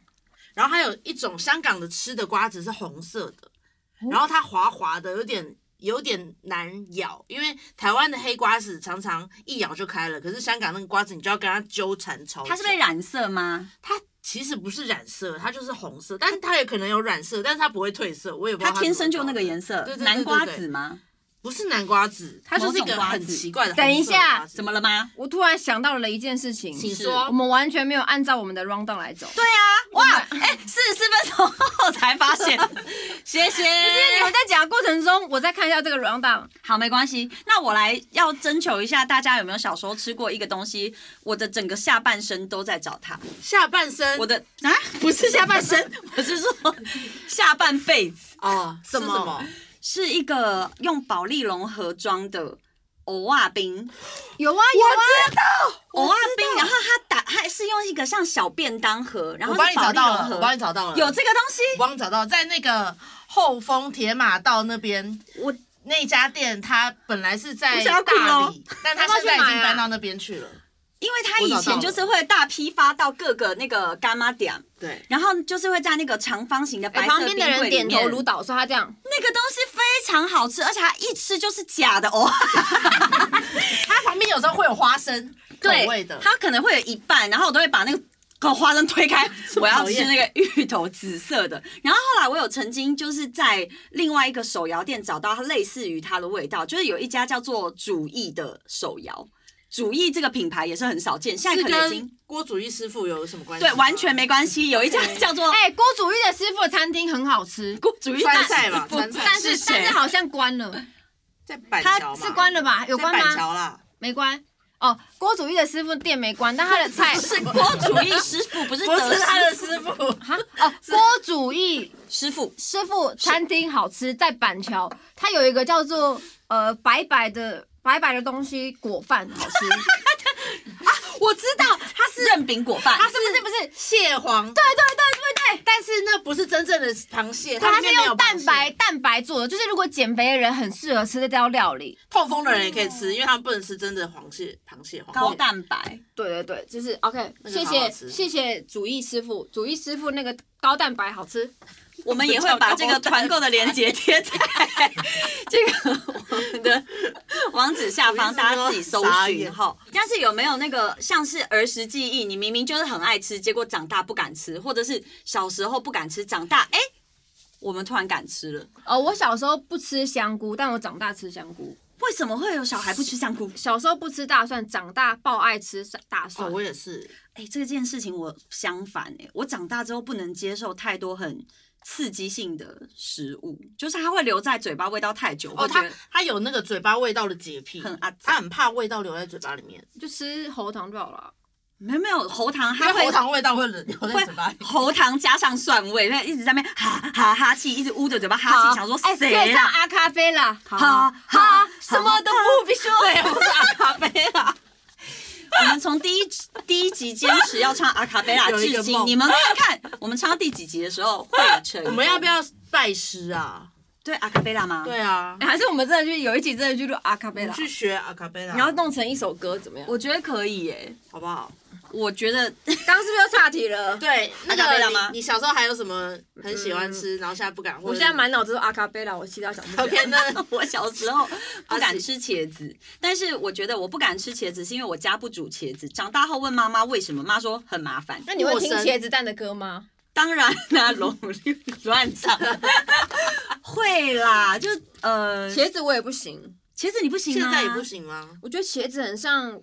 C: 然后还有一种香港的吃的瓜子是红色的，
A: 哦
C: 然后它滑滑的，有点有点难咬，因为台湾的黑瓜子常常一咬就开了，可是香港那个瓜子你就要跟它纠缠超久。
A: 它是被染色吗？
C: 它其实不是染色，它就是红色，但它也可能有染色，但是它不会褪色，我也不知
A: 它
C: 道
A: 天
C: 怎么
A: 生就那
C: 搞
A: 个
C: 的
A: 颜色
C: 对，对对
A: 南瓜
C: 对对
A: 子吗？
C: 不是南瓜子，它就是一
A: 某种
C: 个
A: 瓜
C: 很
A: 子
C: 奇怪的。
B: 等一下
A: 怎么？了吗？
B: 我突然想到了一件事情，
C: 请
A: 是
C: 说
B: 我。们完全没有按照我们的 round down 来走。
A: 对
C: [LAUGHS]
A: 啊，哇，哎，四十分钟后才发现，谢谢。
B: 因为你们在讲的过程中，我再看一下这个 round down，
A: 好，没关系。那我来要征求一下大家有没有小时候吃过一个东西，我的整个下半身都在找它。
C: 下半身，
A: 我的啊，
C: 不是下半 [LAUGHS] 身
A: 我是说下半辈子
C: 哦，是
B: 什么
C: 什么？
A: 是一个用保利龙盒装的。偶啊冰，
B: 有啊有啊，
A: 偶啊冰，然后它打还是用一个像小便当盒，然后是
C: 我帮你
A: 保
C: 找
A: 利
C: 到
A: 龙
C: 了，我帮
A: 盒
C: 你找到了，
A: 有这个东西，
C: 我帮你找到，在那个后丰铁马道那边，
A: 我
C: 那家店，它本来是在
A: 我想要哭
C: 大
A: 了
C: 理，但它
B: 要不要
C: 现在已
B: 去
C: 经
B: 买啊
C: 搬到那边去了。
A: 因为他以前就是会大批发到各个那个干妈点，
C: 对，
A: 然后就是会在那个长方形的
B: 哎
A: 白
B: 旁
A: 色
B: 边
A: 冰
B: 的人
A: 柜里
B: 点
A: 面，
B: 头如捣蒜，他这样，
A: 那个东西非常好吃，而且它一吃就是假的哦， [LAUGHS]
C: 它旁边有时候会有花生口味的，
A: 它可能会有一半，然后我都会把那个。花生推
B: [LAUGHS]
A: 开，我要吃那个芋头紫色的。然后后来我有曾经就是在另外一个手摇店找到它类似于它的味道，就是有一家叫做主义的手摇，主义这个品牌也是很少见，现在
C: 是
A: 可能已经
C: 跟郭主义师傅有什么关系吗？
A: 对完全没关系。有一家叫做
B: 哎，郭祖玉的师傅的餐厅很好吃，
A: 锅主义
C: 川菜嘛，川菜
B: 但是
A: 是谁
B: 但是好像关了，
C: 在板
A: 它
C: 桥嘛，
B: 是关了吧？有
C: 在
B: 关
C: 板
B: 吗？
C: 桥啦。
B: 没关。哦，郭祖玉的师傅店没关，但他的
A: [LAUGHS]
B: 菜
A: 是郭主义师傅，不是
C: 不
A: 德
C: 是他的
A: 师
C: 师傅，
B: 哈哦，郭祖义
A: 师傅。
B: 师傅餐厅好吃，在板桥，它有一个叫做呃白白的白白的东西果饭好吃，
A: 我知道他是任饼果饭，
B: 它是不是不是？
C: 蟹黄，
B: 对对对对对。
C: 但是那不是真正的螃
B: 对，
C: 蟹，
B: 它
C: 里
B: 是
C: 面没有
B: 用
C: 螃蟹
B: 蛋白。蛋白做的，就是如果减肥的人很适合吃这道料理。
C: 痛风的人也可以
B: 哦
C: 吃，因为他们不能吃真的螃蟹，螃蟹黄
A: 高蛋白，
B: 对对对，就是 OK，
C: 那
B: 谢
C: 个好好
B: 谢
C: 吃
B: 谢谢主义师傅，主义师傅那个高蛋白好吃，
A: 我们也会把这个团购的链接贴 [LAUGHS] 在这个我们的网址下方，大家自己搜
C: 傻
A: 寻
C: 眼
A: 哈。 [LAUGHS] 但是有没有那个像是儿时记忆，你明明就是很爱吃，结果长大不敢吃，或者是小时候不敢吃，长大哎、我们突然敢吃了，
B: 呃，我小时候不吃香菇，但我长大吃香菇。
A: 为什么会有小孩不吃香菇？
B: 小时候不吃大蒜，长大爆爱吃大
C: 哦，
B: 蒜。
C: 我也是，
A: 哎、这件事情我相反哎、我长大之后不能接受太多很刺激性的食物，就是它会留在嘴巴味道太久，
C: 哦，
A: 我觉
C: 他
A: 得
C: 他有那个嘴巴味道的洁癖，
A: 很阿
C: 他
A: 杂。
C: 很怕味道留在嘴巴里面，
B: 就吃喉糖就好了。
A: 没有没有，喉糖
C: 因
A: 它
C: 为
A: 会
C: 喉糖味道会留在嘴巴里。
A: 喉糖加上蒜味，它一直在那边哈哈哈气，一直捂着嘴巴哈气，想说
B: 哎，可
A: 谁
B: 以唱
A: 啊？
B: 阿咖啡啦，好
A: 哈
B: 哈
A: 哈，
B: 什么都不必说。
A: 我是阿卡贝拉。我们从第一集第一集坚持要唱阿卡贝拉
C: [LAUGHS] 有一个
A: 至今，
C: 梦
A: 你们看看，我们唱到第几集的时候会有成？
C: 我们要不要拜师啊？
A: 对阿卡贝拉吗？
C: 对啊，
B: 哎还是我们真的去有一集真的去录阿咖
C: 我
B: 啡
C: 们
B: 啦，
C: 去学阿卡贝拉，
B: 然后弄成一首歌怎么样？
A: 我觉得可以耶、哎
C: 好不好？
A: 我觉得
B: 刚刚是不是又岔题了？
C: 对，那
A: 阿卡贝拉
C: 个
A: 吗
C: 你你小时候还有什么很喜欢吃，然后现在不敢？或
B: 我
C: 者
B: 现在满脑子都阿卡贝拉，我其他想不起来。
C: OK 那
A: [LAUGHS] 我小时候不敢吃茄子，但是我觉得我不敢吃茄子是因为我家不煮茄子。长大后问妈妈为什么，妈说很麻烦。
B: 那你会听
C: 陌生
B: 茄子蛋的歌吗？
A: 当然啦、龙乱唱， [LAUGHS] 会啦，就呃，茄
B: 茄子我也不行，
A: 茄子你不行
C: 现
A: 吗？
C: 在也不，行啊吗？
B: 我觉得茄子很像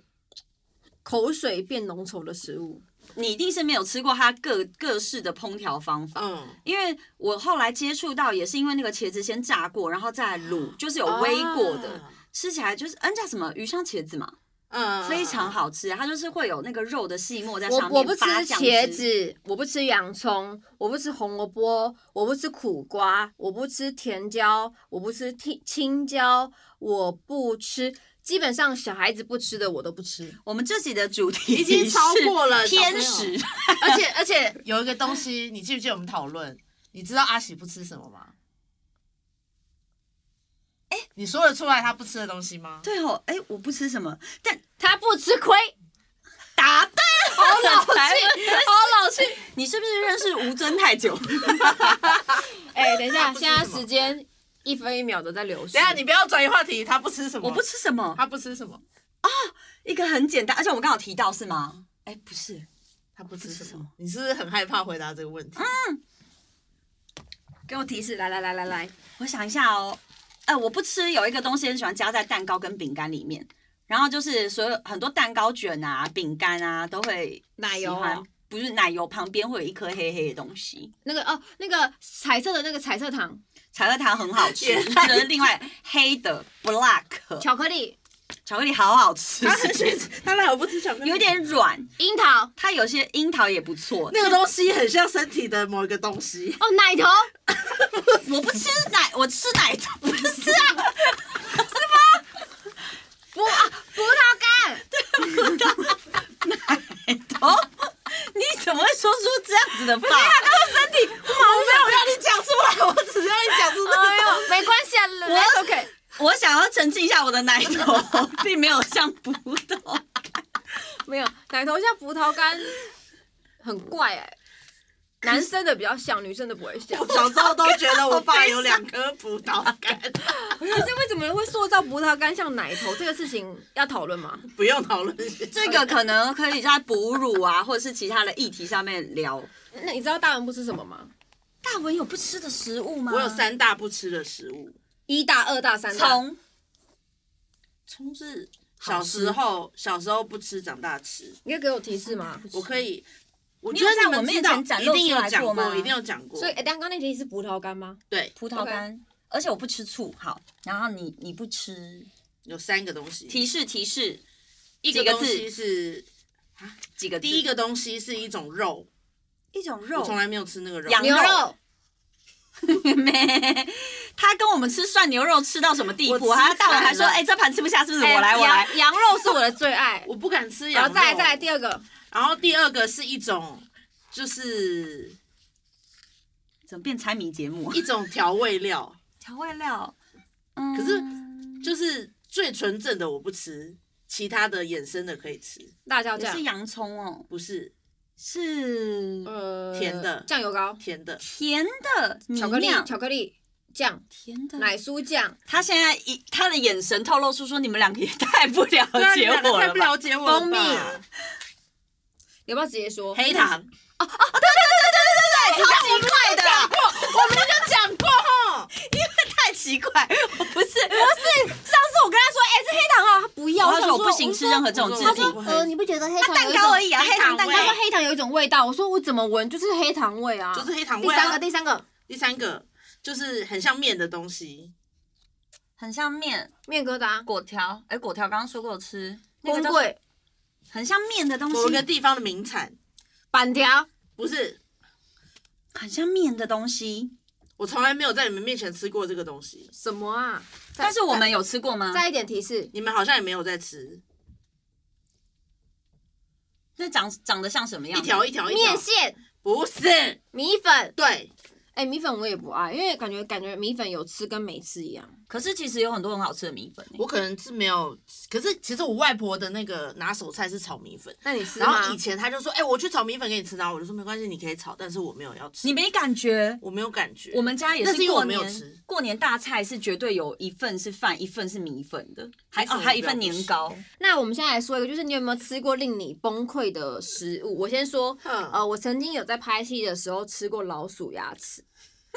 B: 口水变浓稠的食物。
A: 你一定是没有吃过它各各式的烹调方法。
C: 嗯，
A: 因为我后来接触到，也是因为那个茄子先炸过，然后再卤，就是有煨过的，
C: 啊
A: 吃起来就是嗯叫什么鱼香茄子嘛，
C: 嗯，
A: 非常好吃。它就是会有那个肉的细末在上
B: 我
A: 面，
B: 我不吃
A: 发酱
B: 茄，子，我不吃洋葱，我不吃红萝卜，我不吃苦瓜，我不吃甜椒，我不吃青青椒，我不吃。基本上小孩子不吃的我都不吃。
A: 我们这集的主题
C: 已经超过了
A: 是偏食，
C: [LAUGHS] 而且而且有一个东西，你记不记得我们讨论？你知道阿喜不吃什么吗？哎、你说得出来他不吃的东西吗？
A: 对哦，哎，我不吃什么，但
B: 他不吃亏，
A: 答对了，好老
B: 好老实。
A: 你是不是认识吴尊太久？
B: [LAUGHS] 哎、等一下，
C: 他不吃
B: 现在
C: 什么
B: 时间一分一秒都在流逝。
C: 等一下你不要转移话题，他不吃什
A: [LAUGHS]
C: 么？
A: 我不，吃什么，
C: 他不吃什么？
A: 一个很简单，而且我们刚好提到是吗？哎，不是，
C: 他不吃
A: 吃
C: 什
A: 什
C: 么
A: 么？
C: 你是不是很害怕回答这个问题？
B: 给我提示，来来来来来，
A: 我想一下哦，哎、我不吃有一个东西很喜欢加在蛋糕跟饼干里面，然后就是所有很多蛋糕卷啊、饼干啊都会
B: 奶
A: 喜
B: 油
A: 欢
B: 哦
A: 不是奶油旁边会有一颗黑黑的东西，
B: 那个哦，那个彩色的那个彩色糖，
A: 彩乐糖很好吃， [LAUGHS]
C: 也
A: 这是另外黑的 black
B: 巧克力，
A: [LAUGHS] 巧克力好好吃，
C: 他很喜欢吃，他哪有不吃巧克力？
A: 有点软，
B: 樱桃，
A: 它有些樱桃也不错。
C: [LAUGHS] 那个东西很像身体的某一个东 [LAUGHS] 西。
B: 哦，奶头，
A: 我不吃奶，我吃奶糖，不是啊，
B: 葡啊，葡萄干，
A: 哦，你怎么会说出这样子的话？
C: 我没有让你讲出来，我只让你讲出
B: 哎
C: 那
B: 呦，没关系啊，That's OK。
A: 我想要澄清一下，我的奶头 [LAUGHS] 并没有像葡萄。
B: 没有奶头像葡萄干，很怪哎、男生的比较像，女生的不会像。
C: 个。小时候都觉得我爸有两颗葡萄 [LAUGHS] 干，
B: [LAUGHS] 可是为什么会塑造葡萄干像奶头这个事情要讨论吗？
C: 不用讨论。这
A: 这个可能可以在哺乳啊，或者是其他的议题上面聊。
B: 那你知道大人不吃什么吗？
A: 大文有不吃的食物吗
C: 我有三大不吃的食物。
B: 一大、二大、三大。
A: 葱，葱是
C: 小时候，小时候不吃，长大吃。
B: 你可以给我提示吗？
C: 我可以，我
A: 你
C: 觉
A: 有
C: 得
A: 在
C: 你
A: 我
C: 们
A: 面
C: 知道
A: 前展
C: 一
A: 露
C: 定
A: 出
C: 有
A: 来
C: 讲
A: 过吗
C: 一定有讲过。
B: 所以，哎，刚刚那题是葡萄干吗？
C: 对，
A: 葡萄干，而且我不吃醋。好，然后你你不吃，
C: 有三个东西。
A: 提示提示
C: 一
A: 几
C: 个
A: 个
C: 东
A: 字
C: 西是
A: 几个字？
C: 第一个东西是一种肉，
A: 一种
C: 我
A: 肉，
C: 从来没有吃那个肉。
A: 羊
B: 牛肉
A: 肉、 [LAUGHS] 没，他跟我们吃涮牛肉吃到什么地步？
C: 我吃
A: 还大文还说，
C: 惨了
A: 哎、这盘吃不下，是不是？
B: 哎
A: 我来我来。
B: 羊羊肉是我的最 [LAUGHS] 爱。
C: 我不敢吃
B: 然
C: 羊
B: 后
C: 肉。
B: 再来再来第二个，
C: 然后第二个是一种，就是
A: 怎么变猜谜节目？
C: 一种调味料，
A: 调味料，嗯
C: 可是就是最纯正的我不吃，其他的衍生的可以吃，
B: 辣椒
A: 也
B: 酱
A: 是，洋葱哦，
C: 不是
A: 是
B: 呃，
C: 甜的
B: 酱油膏，
C: 甜的。
A: 甜的米
B: 巧克力，
A: 酿
B: 巧克力酱，
A: 甜的
B: 奶酥酱，
A: 他现在一他的眼神透露出说，你们两个也太不了
C: 对啊，你
A: 解
C: 们两个
A: 我
C: 太
A: 了
C: 不 [LAUGHS]
A: 吧。
C: 了解我了吧。
B: 蜂蜜，要不要直接说？
C: 黑糖，
A: 太奇怪的啦，
C: 我们就讲过吼，
A: 太奇怪，我不是。
B: 上次我跟他说，哎、这黑糖啊，他不要，
A: 我他
B: 想
A: 说我不行吃任何这种制
B: 他
A: 品
B: 说，，呃，你不觉得黑糖有
A: 蛋
B: 一
A: 糕
B: 种
A: 而已啊，黑糖蛋
C: 黑
B: 他
C: 糖
A: 糕
B: 说。黑糖有一种味道，我说我怎么闻就是黑糖味啊。
C: 就是黑糖
B: 第
C: 味
B: 三
C: 啊
B: 个，。第三个
C: 第三个就是很像面的东西，
A: 很像面
B: 面疙瘩，
A: 果条，哎，果条刚刚说过吃，那
B: 公
A: 个叫
B: 贵
A: 很像面的东
C: 某一个
A: 西，
C: 地方的名产，
B: 板条，
C: 不是。
A: 很像面的东西。
C: 我从来没有在你们面前吃过这个东西，
B: 什么啊？再
A: 但是我们有吃过吗
B: 再？再一点提示，
C: 你们好像也没有在吃。
A: 那长长得像什么样
C: 一
A: 子？
C: 条一条一条
B: 面，线、
C: 不是，
B: 米粉，
C: 对，
B: 哎、哎、米粉我也不爱，因为感觉感觉米粉有吃跟没吃一样。
A: 可是其实有很多很好吃的米粉欸、
C: 我可能是没有，可是其实我外婆的那个拿手菜是炒米粉，
B: 那你吃
C: 然后
B: 吗
C: 以？前她就说，哎、我去炒米粉给你吃，然后我就说没关系，你可以炒，但是我没有要吃，
A: 你没感觉？
C: 我没有感觉，
A: 我们家也
C: 那是因为
A: 过
C: 我没有
A: 年
C: 吃
A: 过年大菜是绝对有一份是饭，一份是米粉的，还
C: 这
A: 哦
C: 种
A: 还有一
C: 比较
A: 份
C: 不
A: 年
C: 行
A: 糕。
B: 那我们现在来说一个，就是你有没有吃过令你崩溃的食物？我先说，
C: 嗯
B: 呃，我曾经有在拍戏的时候吃过老鼠牙齿，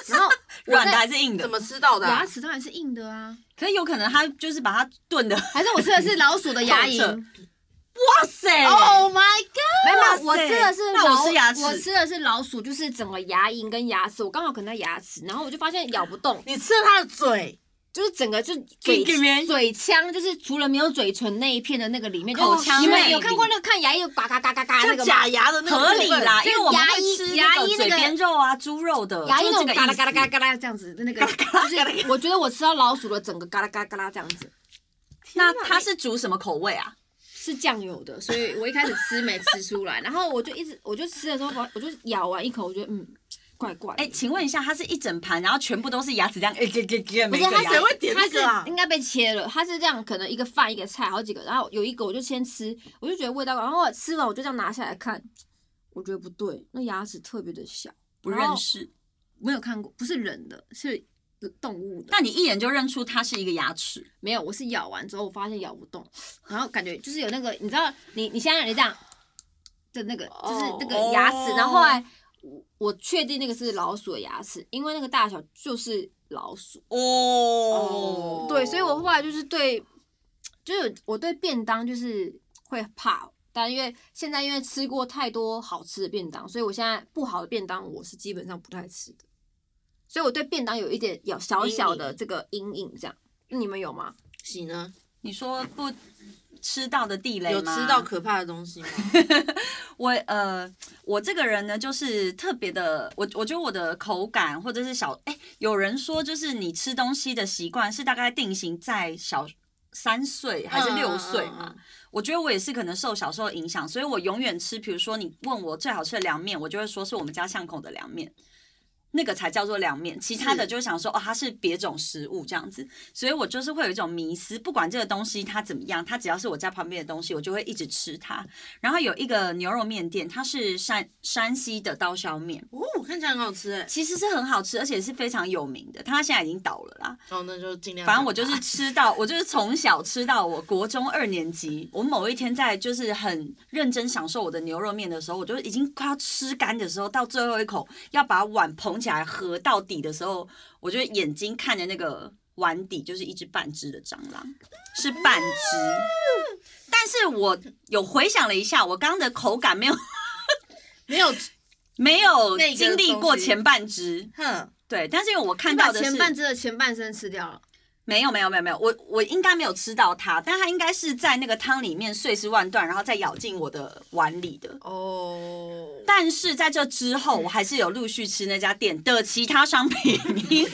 B: 然后我
A: 软的
B: 在
A: 还是硬的
C: 怎？么吃到的、啊
B: 牙？齿当然是硬的啊，
A: 可是有可能他就是把它炖
B: [LAUGHS]
A: 的，哇
B: 还是我吃的是老鼠的牙龈？
A: 透彻
B: 没
A: 塞！
B: 哦
C: Oh my
B: 有
C: god！
B: 没
A: 哇
B: 有，我
A: 塞
B: 吃的是
A: 那我
B: 老
A: 吃牙齿
B: 我吃的是老鼠，就是整个牙龈跟牙齿，我刚好啃到牙齿，然后我就发现咬不动，
C: 你吃了她的嘴，
B: 就是整个就嘴
A: 这边
B: 嘴腔，就是除了没有嘴唇那一片的那个里面，就
A: 口
B: 是
A: 腔
B: 你们
A: 内
B: 有看过
A: 里
B: 那个看牙医就嘎嘎嘎嘎嘎那
C: 像
B: 个吗
C: 假？牙的那个
A: 合理
C: 部分
A: 啦，因为我们
B: 牙
A: 会
B: 医
A: 吃
B: 牙
A: 那
B: 医
A: 个
B: 那
A: 嘴
B: 个
A: 边肉啊、猪肉的，
B: 牙医
A: 就是这
B: 那种
A: 个
B: 嘎啦
A: 意
B: 嘎啦
A: 思
B: 嘎啦嘎啦这样子的那个，就是我觉得我吃到老鼠的整个嘎啦嘎啦嘎啦这样子
A: 那它是煮什么口味啊？
B: 是酱油的，所以我一开始吃没吃出来，然后我就一直我就吃的时候，我我就咬完一口，我觉得嗯怪怪的，
A: 哎，请问一下，它是一整盘，然后全部都是牙齿这样，哎，给给给，
B: 不
A: 每
B: 是
A: 个
B: 它
A: 牙
C: 谁
A: 齿
B: 是
C: 会点
B: 它
C: 这个啊
B: 是应该被切了，它是这样，可能一个饭一个菜好几个，然后有一个我就先吃，我就觉得味道，然后我吃完我就这样拿下来看，我觉得不对，那牙齿特别的小，
A: 不认
B: 哦
A: 识。
B: 没有看过，不是人的，是动物的。
A: 但你一眼就认出它是一个牙齿，
B: 没有，我是咬完之后我发现咬不动，然后感觉就是有那个，你知道，你你现在你这样的那个，就是那个
C: 哦
B: 牙齿，然后后来我我确定那个是老鼠的牙齿，因为那个大小就是老鼠。
A: 哦
B: 对，所以我后来就是对，就是我对便当就是会怕，但因为现在因为吃过太多好吃的便当，所以我现在不好的便当我是基本上不太吃的，所以我对便当有一点有小小
C: 阴
B: 的
C: 影
B: 这个阴影，这样你们有吗？
C: 喜呢？
A: 你说不吃到的地雷
C: 有
A: 吗
C: 吃到可怕的东 [LAUGHS] 西吗？
A: 我呃，我这个人呢，就是特别的，我我觉得我的口感或者是小，哎、有人说就是你吃东西的习惯是大概定型在小三岁还是六岁嘛？
C: 嗯？嗯嗯
A: 我觉得我也是可能受小时候影响，所以我永远吃，比如说你问我最好吃的凉面，我就会说是我们家巷口的凉面。那个才叫做凉面，其他的
C: 是
A: 就想说哦，它是别种食物这样子，所以我就是会有一种迷思，不管这个东西它怎么样，它只要是我家旁边的东西，我就会一直吃它。然后有一个牛肉面店，它是山山西的刀削面，
C: 哦，看起来很好吃哎。
A: 其实是很好吃，而且是非常有名的。它现在已经倒了啦，
C: 哦，那就尽量。
A: 反正我就是吃到，我就是从小吃到我国中二年级。我某一天在就是很认真享受我的牛肉面的时候，我就已经快要吃干的时候，到最后一口要把碗捧起来合到底的时候，我就眼睛看着那个碗底，就是一只半只的蟑螂，是半只。 [LAUGHS] 但是我有回想了一下，我刚刚的口感没有
C: 没有，
A: 没有
C: 那个
A: 经历过
C: 东西
A: 前半只，
C: [LAUGHS] 哼，
A: 对。但是因为我看
B: 你
A: 到
B: 把
A: 的是
B: 前半只的前半身吃掉了，
A: 没有没有没有没有，我我应该没有吃到它，但它应该是在那个汤里面碎尸万段，然后再咬进我的碗里的。
C: 哦，
A: 但是在这之后，我还是有陆续吃那家店的其他商品。
C: [LAUGHS]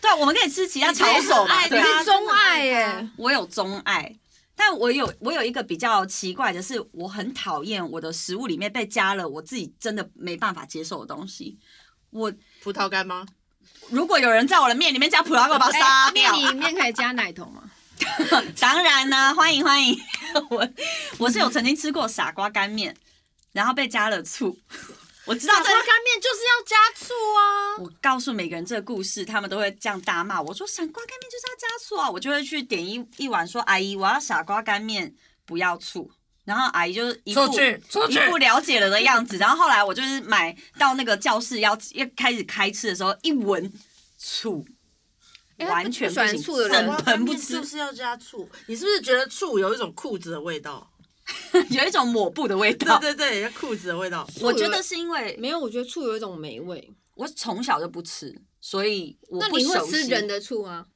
A: 对，我们可以吃其他
B: 哎
A: 炒手嘛？
C: 你
A: 对
C: 真的很爱
A: 啊
C: 它，
B: 是钟爱耶！
A: 我有钟爱，但我有我有一个比较奇怪的是，我很讨厌我的食物里面被加了我自己真的没办法接受的东西。我
C: 葡萄干 [LAUGHS] 吗？
A: 如果有人在我的面里面加葡萄干，我把它杀
B: 哎
A: 掉。
B: 面里面可以加奶头
A: [LAUGHS]
B: 吗？
A: 当然呢、欢迎欢迎。 [LAUGHS] 我我是有曾经吃过傻瓜干面，然后被加了醋。 [LAUGHS] 我知道这，
C: 面就是要加醋啊。
A: 我告诉每个人这个故事，他们都会这样大骂我说傻瓜干面就是要加醋啊，我就会去点一一碗说阿姨我要傻瓜干面不要醋，然后阿姨就是一副
C: 出去出去
A: 一副了解了的样子，然后后来我就是买到那个教室要要开始开吃的时候，一闻醋。
B: 哎
A: 完全
B: 不
A: 不
B: 喜欢
A: 行，
B: 醋的人
A: 整盆不吃
C: 就，是要加醋。你是不是觉得醋有一种裤子的味道？
A: 有一种抹布的味
C: 对
A: 道。
C: 对对，裤子的味道。
A: 我觉得是因为
B: 没有，我觉得醋有一种霉味。
A: 我从小就不吃，所以我
B: 那
A: 不
B: 你会
A: 熟
B: 吃
A: 悉
B: 人，的醋吗？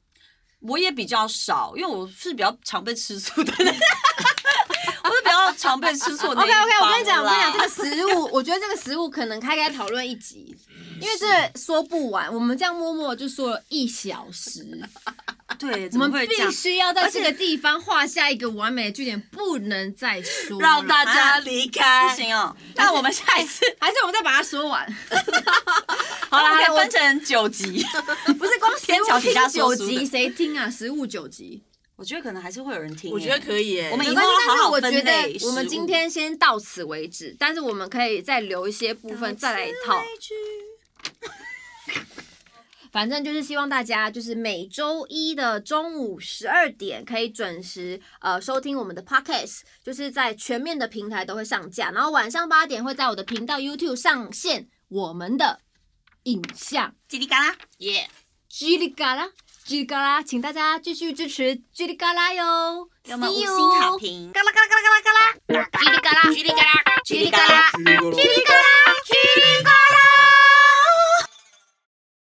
A: 我也比较少，因为我是比较常被吃醋的人， [LAUGHS] 我是比较常被吃醋的那一
B: OK OK，我
A: 方
B: 跟你讲，
A: 啦
B: 我跟你讲，这个食物，我觉得这个食物可能开开讨论一集，因为这说不完。我们这样默默就说了一小时，
A: 对，
B: 我
A: 怎么
B: 们
A: 会这
B: 必
A: 样？
B: 须要在
A: 而且
B: 这个地方画下一个完美的句点，不能再说了
C: 让大家离
A: 不
C: 开。
A: 行
B: [LAUGHS]
A: 哦，那我们下一次
B: 还是我们再把它说完。
A: [LAUGHS] 好了，
B: 好
A: 可
B: 啦
A: 以分成九集，
B: [LAUGHS] 不是光
A: 天桥底下说
B: 九
A: 书
B: 级
A: 的
B: 谁听啊？食物九级，
A: 我觉得可能还是会有人听耶。欸
C: 我觉得可以欸耶，
A: 我们以
B: 没
A: 后
B: 关
A: 要
B: 系。但
A: 好
B: 是
A: 好
B: 我
A: 分
B: 觉
A: 类
B: 得我们
A: 食物
B: 今天先到此为止，但是我们可以再留一些部分再来
A: [LAUGHS]
B: 讨。反正就是希望大家就是每周一的中午十二点可以准时呃收听我们的 podcast，就是在全面的平台都会上架，然后晚上八点会在我的频道 YouTube 上线我们的影像。
A: 叽里嘎啦，耶！
B: 叽里嘎啦，叽里嘎啦，请大家继续支持叽里嘎啦哟，
A: 给我们五
B: See
A: 星好
B: you，
A: 评。
C: 嘎啦嘎啦嘎啦嘎啦嘎啦，
B: 叽里嘎啦，叽里嘎啦。